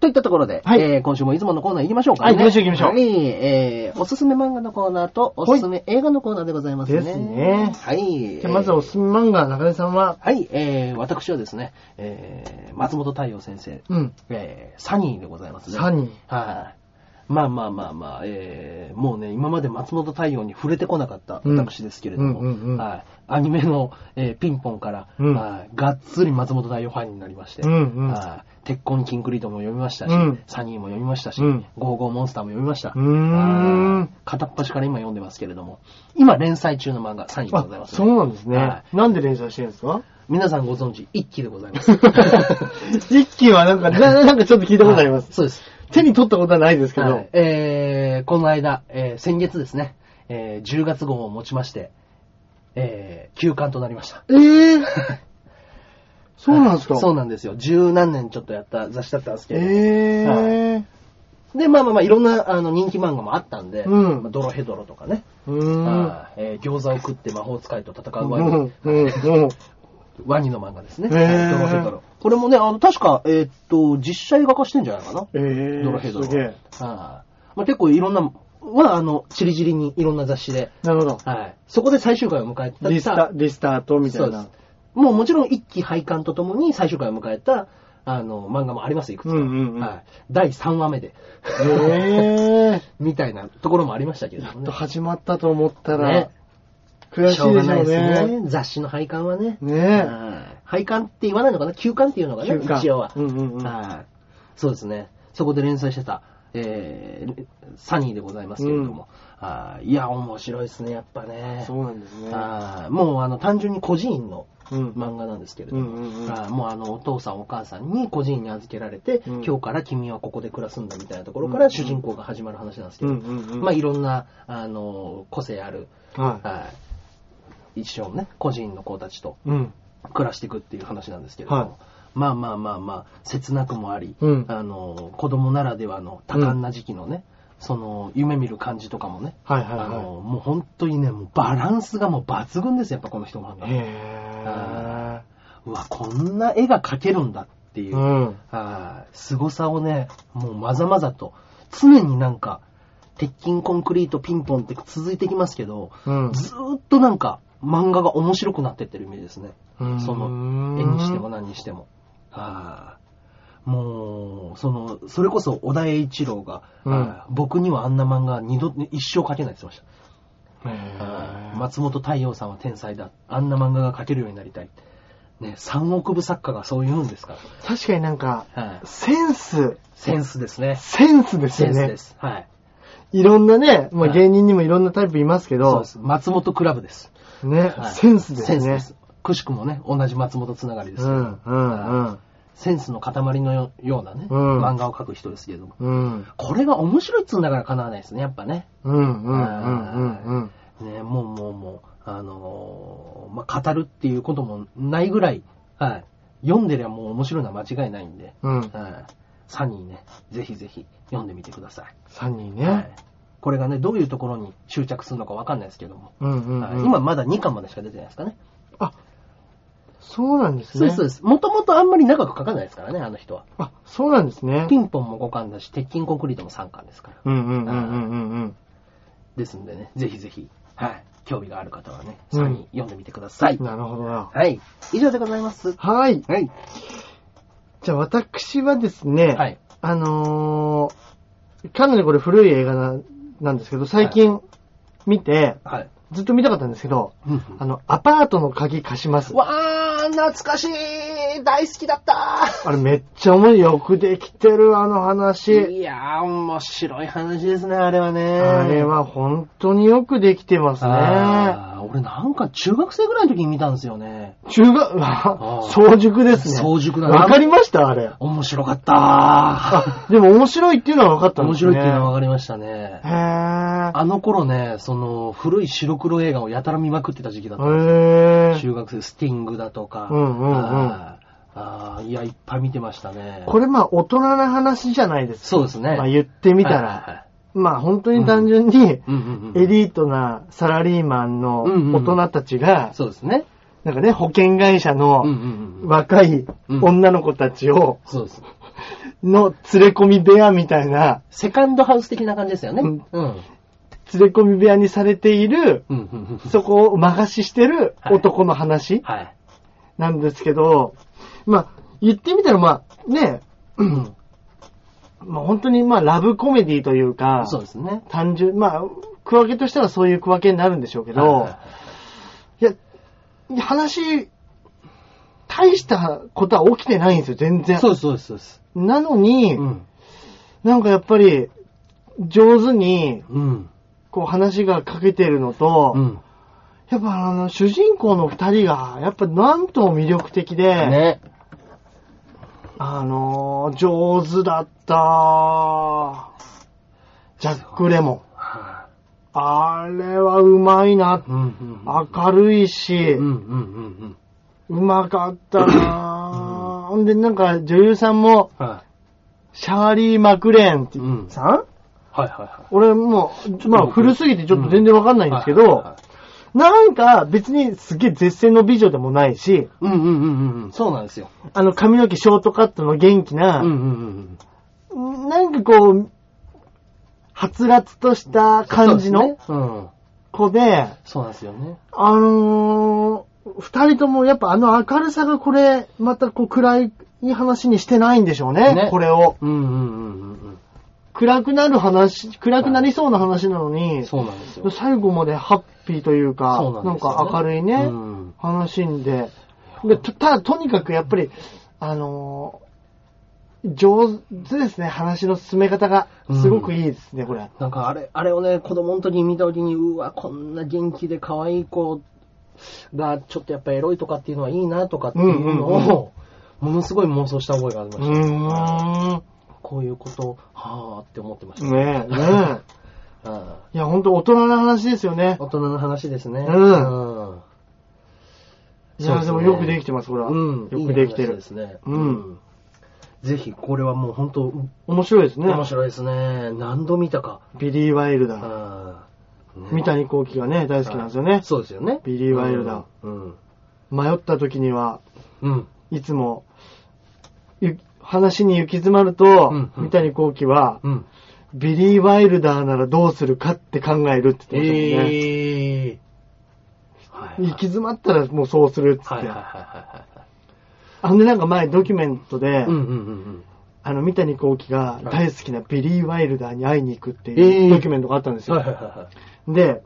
A: といったところで、
B: はい
A: えー今週もいつものコーナー行きましょうか、ね。
B: はい行きましょう行きましょう
A: はい、えー、おすすめ漫画のコーナーと、おすすめ映画のコーナーでございますね。
B: ですね
A: はい。
B: じゃあまずはおすすめ漫画、中根さんは、
A: はい、えー、私はですね、えー、松本太陽先生、
B: うん、
A: えー、サニーでございますね。
B: サニー。
A: はい。まあまあまあまあ、えー、もうね、今まで松本太陽に触れてこなかった
B: うん
A: 私ですけれども、
B: うんうんうん
A: はい。アニメの、えーピンポンから、
B: うん
A: はいがっつり松本太陽ファンになりまして、
B: うんうん
A: はい。鉄痕キンクリートも読みましたし、
B: うん
A: サニーも読みましたし、
B: うん
A: ゴーゴーモンスターも読みました。
B: うーん
A: はい片っ端から今読んでますけれども、今連載中の漫画、サニーでござい
B: あ、
A: ます、
B: そうなんです
A: は
B: ね。なんで連載してるんですか
A: 皆さんご存知、一期でご
B: (laughs)
A: ざいます。
B: 一期はなんか、ななんかちょっと聞いたことありま
A: は
B: す
A: い。そうです。
B: 手に取ったことはないですけ
A: は
B: ど
A: い、えー、この間、えー、先月ですね、えー、10月号をもちまして、えー、休刊となりました。
B: えー、そうなんですか
A: はいそうなんですよ。十何年ちょっとやった雑誌だったんですけど。
B: えー、
A: で、まあまあまあ、いろんなあの人気漫画もあったんで、
B: うん
A: まあドロヘドロとかね、
B: うーん。
A: はいえー餃子を食って魔法使いと戦うワニ、
B: うん、うん、うん。
A: ワニの漫画ですね。
B: へー
A: ドロヘドロ。これもね、あの、確か、えーっと、実写映画化してんじゃないかな。
B: えー、
A: ドロヘドロ。
B: すげえ。
A: はいまあ、結構いろんな、は、あの、ちりじりにいろんな雑誌で、
B: なるほど。
A: はい。そこで最終回を迎えた。
B: リスタ、リスタートみた
A: そう
B: い
A: で
B: な
A: す。。もうもちろん一期廃刊とともに最終回を迎えた、あの、漫画もあります、いくつか。
B: うんうんうん
A: はい。第3話目で、
B: ええ
A: (laughs) みたいなところもありましたけれども
B: ー、と
A: ね。
B: 始まったと思ったら、
A: ね
B: 悔しいでし
A: し
B: ょ
A: ょ
B: う
A: う
B: ね
A: が。ないですね。雑誌の廃刊はね。
B: ね
A: はい廃刊って言わないのかな休刊っていうのがね、
B: 休刊
A: 一応は。
B: うんうんうん
A: はいそうですね。そこで連載してた、えー、サニーでございますけれども。はいいや、面白いですね、やっぱ
B: え。
A: ね。
B: そうなんですね。
A: はいもうあの単純に孤児院の
B: うん
A: 漫画なんですけれども、
B: うんうんうん
A: あーもうあのお父さんお母さんに個人に預けられて、
B: うん
A: 今日から君はここで暮らすんだみたいなところ
B: う
A: か
B: んう
A: ら
B: ん
A: 主人公が始まる話なんですけ
B: う
A: ど、
B: んうんうん。
A: まあいろんなあの個性ある、
B: は
A: はい一生ね、個人の子たちと
B: い。うん。
A: 暮らしていくっていう話なんですけれども、
B: はい
A: まあまあまあまあ、切なくもあり、
B: うん
A: あの子供ならではの多感な時期のね、その夢見る感じとかもね、
B: はいはい
A: あ
B: は
A: の、もう本当にね、もうバランスがもう抜群ですよ、やっぱこの人漫
B: い。へ
A: 画。
B: え。
A: うわ、こんな絵が描けるんだっていうう、
B: ん。
A: あー凄さをね、もうまざまざと、常になんか、鉄筋コンクリートピンポンって続いてきますけど、
B: うん。
A: ずーっとなんか漫画が面白くなってってるイメージですね。
B: うん
A: その絵にしても何にしても。あーもう、その、それこそ小田栄一郎が、
B: うん
A: あー僕にはあんな漫画は二度、一生描けないって言ってました。
B: へえ。
A: 松本太陽さんは天才だ。あんな漫画が描けるようになりたい。ね、三億部作家がそう言うんですか
B: 確かになんか、
A: ら。はい。
B: センス、
A: センスですね。
B: センスです
A: セ
B: よ
A: ンスで
B: ね。
A: す。はい。
B: いろんなね、まあ
A: はい
B: 芸人にもいろんなタイプいますけ
A: そう
B: ど
A: で、す。松本クラブです。
B: ね
A: は、い
B: センスです
A: センスで
B: ね。
A: す。くしくもね、同じ松本つながりで
B: う
A: すけど、
B: ん、うん、
A: センスの塊のよようなね、
B: うん
A: 漫画を描く人ですけれども。
B: うん。うん。
A: これが面白いっつうんだから叶わないですね、やっぱね。
B: うんうんうんうんうん。
A: ね、もうもうもう、あのーまあ、語るっていうこともないぐらい、はい。読んでりゃもう面白いのは間違いないんで、
B: うん。
A: はい。サニーね、ぜひぜひ読んでみてくださ
B: 3人
A: い。は
B: ね
A: い。これがね、どういうところに執着するのかわかんないですけども、
B: うんうん
A: は
B: う
A: い
B: ん。
A: 今、まだ2巻までしか出てないですかね。
B: あ、そうなんです
A: そ
B: ね。
A: うです、そうです。もともとあんまり長く書かないですからね、あの人は。
B: あ、そうなんですね。
A: ピンポンも5巻だし、鉄筋コンクリートも3巻ですから。
B: うんうんうんうんうんうん。
A: ですんでね、ぜひぜひ、はい。興味がある方はね、
B: うん
A: サニー読んでみてください。
B: なるほどな。
A: はい。以上でございます。
B: はい。
A: はい。
B: じゃあ私はですね、
A: はい。
B: あのー、かなりこれ古い映画ななんですけど、最近見て、
A: はい。
B: ずっと見たかったんですけど、あの、アパートの鍵貸します。
A: わー、懐かしい大好きだった
B: あれめっちゃ面白い。よくできてる、あの話。
A: いやー、面白い話ですね、あれはね。
B: あれは本当によくできてますね。
A: あー。俺なんか中学生ぐらいの時に見たんですよね。
B: 中学、うわ
A: あー
B: 早熟ですね。
A: 早熟だな
B: わかりましたあれ。
A: 面白かった
B: あ、でも面白いっていうのは分かっ
A: ー。
B: たん
A: 面
B: です
A: 白
B: ね。
A: いっていうのは分かりましたね。
B: へ
A: (laughs) あの頃ね、その、古い白黒映画をやたら見まくってた時期だったんですよ
B: ぇへぇ
A: 中学生、スティングだとか、
B: うんうんうん
A: あーあーいや、いっぱい見てましたね。
B: これまあ大人な話じゃないですか。
A: そうですね。
B: まあ言ってみた
A: はいはいは
B: ら。
A: い
B: まあ本当に単純に、
A: うんうんうん、
B: エリートなサラリーマンの大人たちが、
A: そうですね。
B: なんかね、保険会社
A: うん
B: の
A: うんうん。
B: 若い女の子たちを、
A: そうです。
B: の連れ込み部屋みたいな、
A: セカンドハウス的な感じですよね。
B: う
A: うんん。うん。
B: 連れ込み部屋にされている、
A: うんうん。
B: そこを魔がししてる男の話
A: はい。
B: なんですけど、まあ、言ってみたらまあ、ね、
A: うん。
B: まあ、本当にまあ、ラブコメディというか、
A: そうですね。
B: 単純、まあ、区分けとしたらそういう区分けになるんでしょうけど、
A: はい
B: や、話、大したことは起きてないんですよ、全
A: い
B: 然。
A: そうです、そうです、そうです。
B: なのに、
A: うん。
B: なんかやっぱり、上手に、
A: うん。
B: こう話がかけてるのと、
A: うん。
B: やっぱあの、主人公の二人が、やっぱなんとも魅力的で、
A: ね。
B: あのー、上手だった。ジャック・レモン。
A: は
B: あれはうまいな
A: あ。うんうん。
B: 明るいし、
A: うんうんうん
B: うまかったなぁ。んで、なんか女優さんも、
A: うん。は
B: シャーリー・マクレーンって
A: い。うん。
B: さん
A: はいはいは
B: 俺もう、
A: い。
B: まあ古すぎてちょっと全然わかんないんですけ
A: うはいはい
B: ど
A: は、い
B: なんか別にすげえ絶世の美女でもないし、
A: うんうんうんうんうん。そうなんですよ。
B: あの髪の毛ショートカットの元気
A: う
B: な、
A: んうんうん
B: なんかこう、はつらつとした
A: うん。
B: 感じ
A: そう
B: の
A: ですねうん。
B: 子で、
A: そうなんですよね。
B: あのー、二人ともやっぱあの明るさがこれ、またこう暗い話にしてないんでしょうね、
A: ね
B: これを。
A: うんうんうんうん
B: 暗くなる話、暗くなりそうな話なの
A: うん。
B: に、
A: そうなんですよ。
B: 最後までハッピーというか、
A: そう
B: なん
A: なんですよ
B: か
A: ね
B: 明るいね、
A: うん
B: 話んで。でとただとにかくやっぱり、あのー上手ですね、話の進め方が。すごくいいですね、これ。
A: なんかあれ、あれをね、子供の時見た時に、うわ、こんな元気で可愛い子が、ちょっとやっぱエロいとかっていうのはいいなとかっていうの
B: うんうん
A: を、ものすごい妄想した覚えがありま
B: う
A: した。
B: ーん。
A: こういうこと、はぁって思ってました。
B: ねえ、ねえ。
A: うん
B: いや、ほんと大人な話ですよね。
A: 大人の話ですね。
B: うん
A: うん
B: いや、でもよくできてます、これは。
A: うん、
B: よくできて
A: いい話
B: る
A: で。すね。
B: うん。
A: ぜひ、これはもう本当、
B: 面白いですね。
A: 面白いですね。何度見たか。
B: ビリー・ワイル
A: う
B: ダー。
A: ん。ね
B: 三谷幸喜がね、大好きなんですよね。
A: そうですよね。
B: ビリーワイルダー
A: うん。
B: 迷った時には、
A: うん。
B: いつも、ゆ話に行き詰まると、
A: うんうん
B: 三谷幸喜は、
A: うん。
B: ビリー・ワイルダーならどうするかって考えるって言ってましたもんね。
A: ええはい
B: 行き詰まったらもうそうするっつって。
A: はいはいはいはいは
B: あんでなんか前ドキュメントで、
A: い。うんうんうん
B: あの三谷幸喜が大好きなビリー・ワイルダーに会いに行くって
A: え
B: い
A: え
B: うドキュメントがあったんです
A: うん。
B: よ。
A: はいはいは
B: で、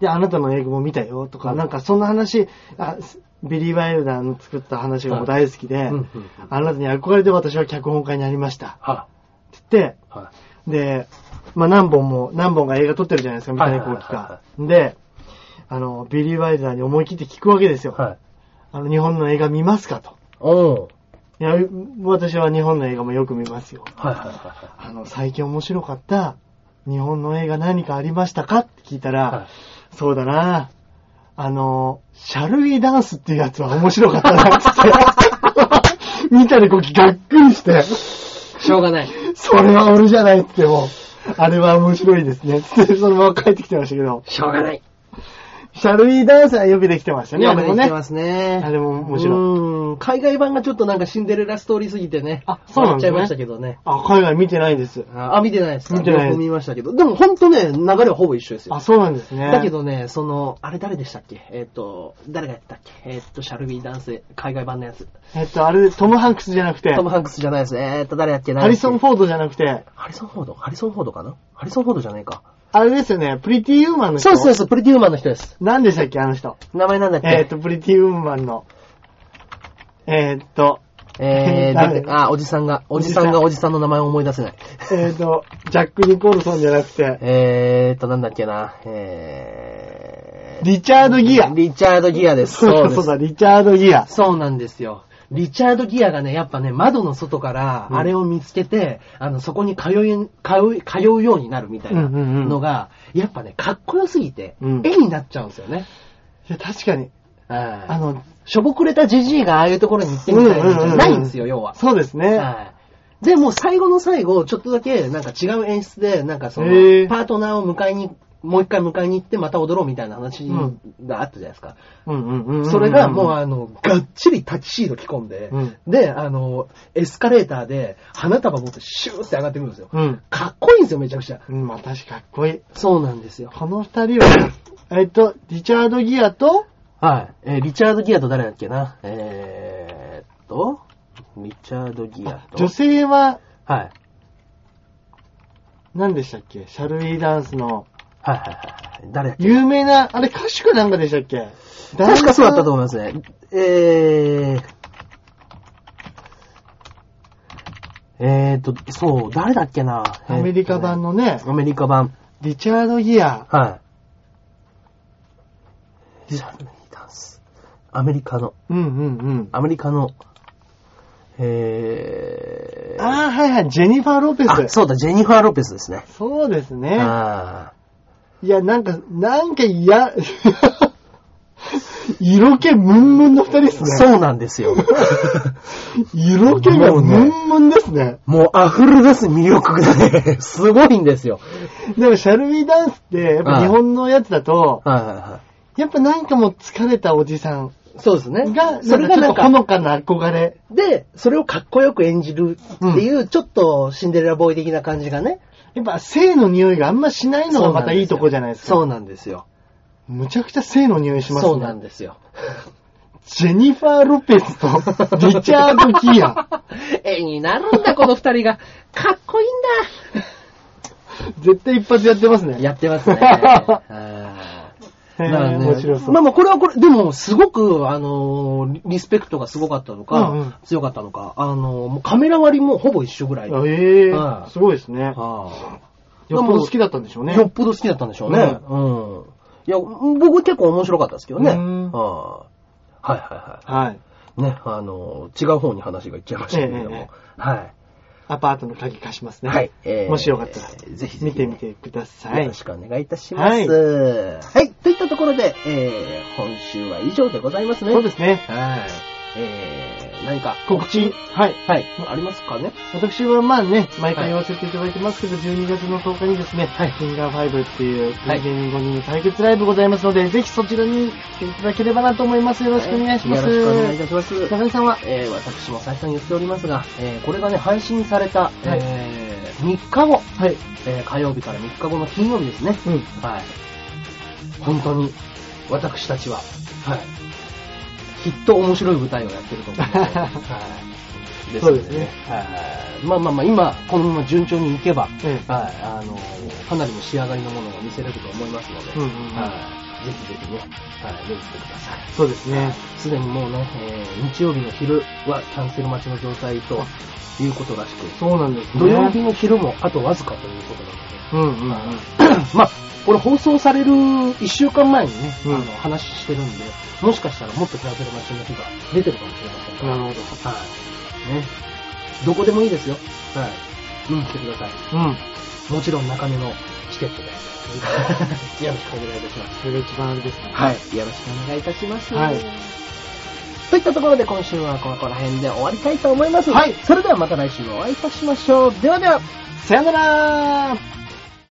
B: で、あなたの英語も見たよとか、
A: うん
B: なんかそんな話、あビリー・ワイルダーの作った話がもう大好きで、
A: いはい。うんうんうん
B: あなたに憧れて私は脚本家になりました。
A: は
B: つって、
A: いは
B: で、まあ何本も、何本が映画撮ってるじゃないですか、三
A: はい
B: 谷
A: はいはい
B: 幸
A: はい
B: 喜が。で、あの、ビリー・ワイルダーに思い切って聞くわけです
A: い。
B: よ。
A: はい。
B: あの、日本の映画見ますかと。
A: おー
B: いや、私は日本の映画もよく見ますよ。
A: はいはいは
B: あの、最近面白かった日本の映画何かありましたかって聞いたら、
A: いはい。はい
B: そうだな。あの、シャルウィダンスっていうやつは面白かったな、つって。
A: (laughs)
B: 見たらこう、がっくりして、
A: しょうがない。
B: それは俺じゃないっつってもう、あれは面白いですね、 (laughs) つって、そのまま帰ってきてましたけど、
A: しょうがない。
B: シャルウィダンスはよくできてましたね、
A: よ
B: あ
A: く
B: れ
A: で
B: も
A: きて
B: ね。
A: ますね。
B: あれも面白い
A: うん。海外版がちょっとなんかシンデレラストーリーすぎてね。
B: あそうなん
A: 終わっ
B: で
A: ち
B: す
A: ゃ
B: ね
A: いましたけどね。
B: あ、海外見てないです。
A: あ、あ見てないですか
B: 見てないです
A: 両方見ましたけど。でも本当ね、流れはほぼ一緒ですよ
B: あ、。そうなんですね。
A: だけ、どね、その、あれ誰でしたっけえっ、と、誰がやってたっけえっ、と、シャルビーダンス、海外版のやつ。
B: えっと、あれ、トム・ハンクスじゃなくて
A: ト、ム・ハンクスじゃないです。えっ、と、誰やっけ
B: ハリソン・
A: フォー
B: フォードじゃなくて、
A: ド。ハリソン・フォードハリソン・フォードかなハリソン・フォードじゃないか。
B: あれですよね、プリティ・ユーマンの人。
A: そうそうそう、プリティ・ウーマンの人です。
B: 何でしたっけ、あの人。
A: 名前なんだっけ
B: えっ、と、プリティ・ウーマンの、えっ、と、
A: えー
B: 誰
A: 出てあ、おじさんが、おじさんがおじさんの名前を思い出せない。
B: (laughs) えっ、と、ジャック・ニコルソンじゃなくて、
A: えーっと、なんだっけな。え
B: リチャード・ギア
A: ー、。リチャード・ギアです。
B: そう (laughs) だ、そうだ、リチャード・ギア。
A: そうなんですよ。リチャード・ギアがね、やっぱね、窓の外から、
B: うん
A: あれを見つけて、あの、そこに通い、通い、通うようになるみたいな
B: うんうんうん
A: のが、やっぱね、かっこよすぎて、
B: うん
A: 絵になっちゃうんですよね。
B: いや、確かに。あ
A: あの、
B: の、
A: しょぼくれたジジイがああいうところに行ってみたいなのじゃないんですよ、要は。
B: そうですね。
A: はい。で、もう最後の最後、ちょっとだけ、なんか違う演出で、なんかその
B: へー、
A: パートナーを迎えにもう一回迎えに行ってまた踊ろうみたいな話
B: うん
A: があったじゃないですか。
B: うんうんうんうんうん
A: それがもうあの、がっちりタキシード着込んで、
B: うん
A: で、あの、エスカレーターで花束持ってシューって上がってくるんですよ。
B: うん。
A: かっこいいんですよ、めちゃくちゃ。
B: うん、まあ確かかっこいい。
A: そうなんですよ。
B: この二人は、えっと、リチャード・ギアと、
A: はい。えーリチャード・ギアと誰だっけなえーっと、リチャード・ギアと
B: 女、性は、
A: はい。
B: 何でしたっけシャルウィーダンスの、
A: はいはいはいはい。誰だっけ
B: 有名な、あれ歌手かなんかでしたっけ
A: 確かそうだったと
B: 思
A: 思いますね。えー、えーと、そう、誰だっけな
B: アメリカ版
A: の。
B: のね、
A: アメリカ版。
B: リチャード・ギア、
A: はい。シャルミダンス。アメリカの、
B: うんうんうん。
A: アメリカの、えー、
B: ああ、はいはい、ジェニファー・ロペ
A: あ
B: ス。
A: そうだ、ジェニファー・ロペスですね。
B: そうですね。
A: あ
B: いや、なんか、なんか嫌、 (laughs) 色気ムンムンの二人で
A: ー
B: すね。
A: そうなんです
B: (laughs)
A: よ。
B: 色気がムンムンですね。
A: もう溢れ出す魅力
B: (laughs)
A: がね、すごいんですよ。
B: でも、シャルウィーダンスって、やっぱ日本のやつだと、
A: はいはいは
B: やっぱなんかもう疲れたおじさん
A: い。そうですね。
B: が、
A: そ
B: そ
A: れ
B: れが
A: がな
B: なんん
A: か
B: か、ほのかな憧れ。
A: で、それをかっこよく演じるっていう、ちょっとシンデレラボーイ的な感じがね。
B: やっぱ性の匂いがあんましないのがまたいいとこじゃないですか。
A: そうなんですよ。
B: むちゃくちゃ性の匂いしますね。
A: そうなんですよ。
B: ジェニファー・ロペスとリチャード・ギ
A: (laughs)
B: ア。
A: 絵になるんだ、この二人が。かっこいいん
B: 絶対一発やってますね。
A: やってま
B: (laughs)
A: すね。
B: へー
A: だからね
B: 面白そう。
A: まあまあ、これはこれ、でも、すごく、あのー、リリスペクトがすごかったのか、
B: うんうん
A: 強かったのか、あのー、もうカメラ割りもほぼ一緒ぐらい。
B: ええ
A: は
B: ー、
A: い
B: すごいですね。
A: ああ
B: よっぽど好きだったんでしょうね。
A: よっぽど好きだったんでしょうね。うん。いや、僕結構面白かったですけどね。
B: うん
A: ああはいは
B: はい。
A: いはい。ね、あのー、違う方に話がいっちゃいましたけれども。
B: えええ
A: はい。
B: アパートの鍵貸しますね。
A: はいえー
B: もしよかったら、
A: ぜひぜひ
B: 見てみてくださ
A: よ
B: い
A: ろ。しくお願いいたします。はい。といったところで、えー、今週は以上でございますね。
B: そうですね。
A: はい。えー、何か。
B: 告知。はい。
A: はい。ありますかね
B: 私はまあね、毎回言わせていただいてますけど、12月の10日にですね、
A: はい
B: フィンガー5っていう、
A: はい
B: 芸人5人の対決ライブございますので、ぜひそちらに来ていただければなと思います。よろしくお願いします。
A: よろしくお願いいたします。
B: 中井さんは
A: えー、私も再三言っておりますが、えー、これがね、配信された、えー、3日後、
B: はい。
A: えー、火曜日から3日後の金曜日ですね。
B: うん。
A: はい。本当に、私たちは、はい。きっと面白い舞台をやってると
B: (laughs)
A: 思うので。はい。
B: そうですね
A: はい。まあまあまあ、今、このまま順調にいけば、
B: ええ
A: はい。あのー、かなりの仕上がりのものが見せれると思いますので、
B: うんうんうん
A: はい。ぜひぜひね、はい、見に来てください。
B: そうですね。
A: すでにもうね、えー日曜日の昼はキャンセル待ちの状態ということらしく、
B: そうなんですね。
A: 土曜日の昼もあとわずかということなので、
B: うんうんうん。
A: (clears throat) まあ、これ放送される1週間前にね、
B: うん
A: あの話してるんで、もしかしたらもっとキャンセル待ちの日が出てるかもしれませんから、
B: な
A: は
B: るほ
A: い。ね。どこでもいいですよ。はい。見に来てください。
B: ど。うん。
A: もちろん中根のチケ
B: (laughs)
A: ットで。よろしくお願いいたします。
B: それが一番あれですね。
A: はい。よろしくお願いいたします。
B: はい
A: といったところで今週はここら辺で終わりたいと思います。
B: はい
A: それではまた来週お会いいたしましょう。ではでは。
B: さよなら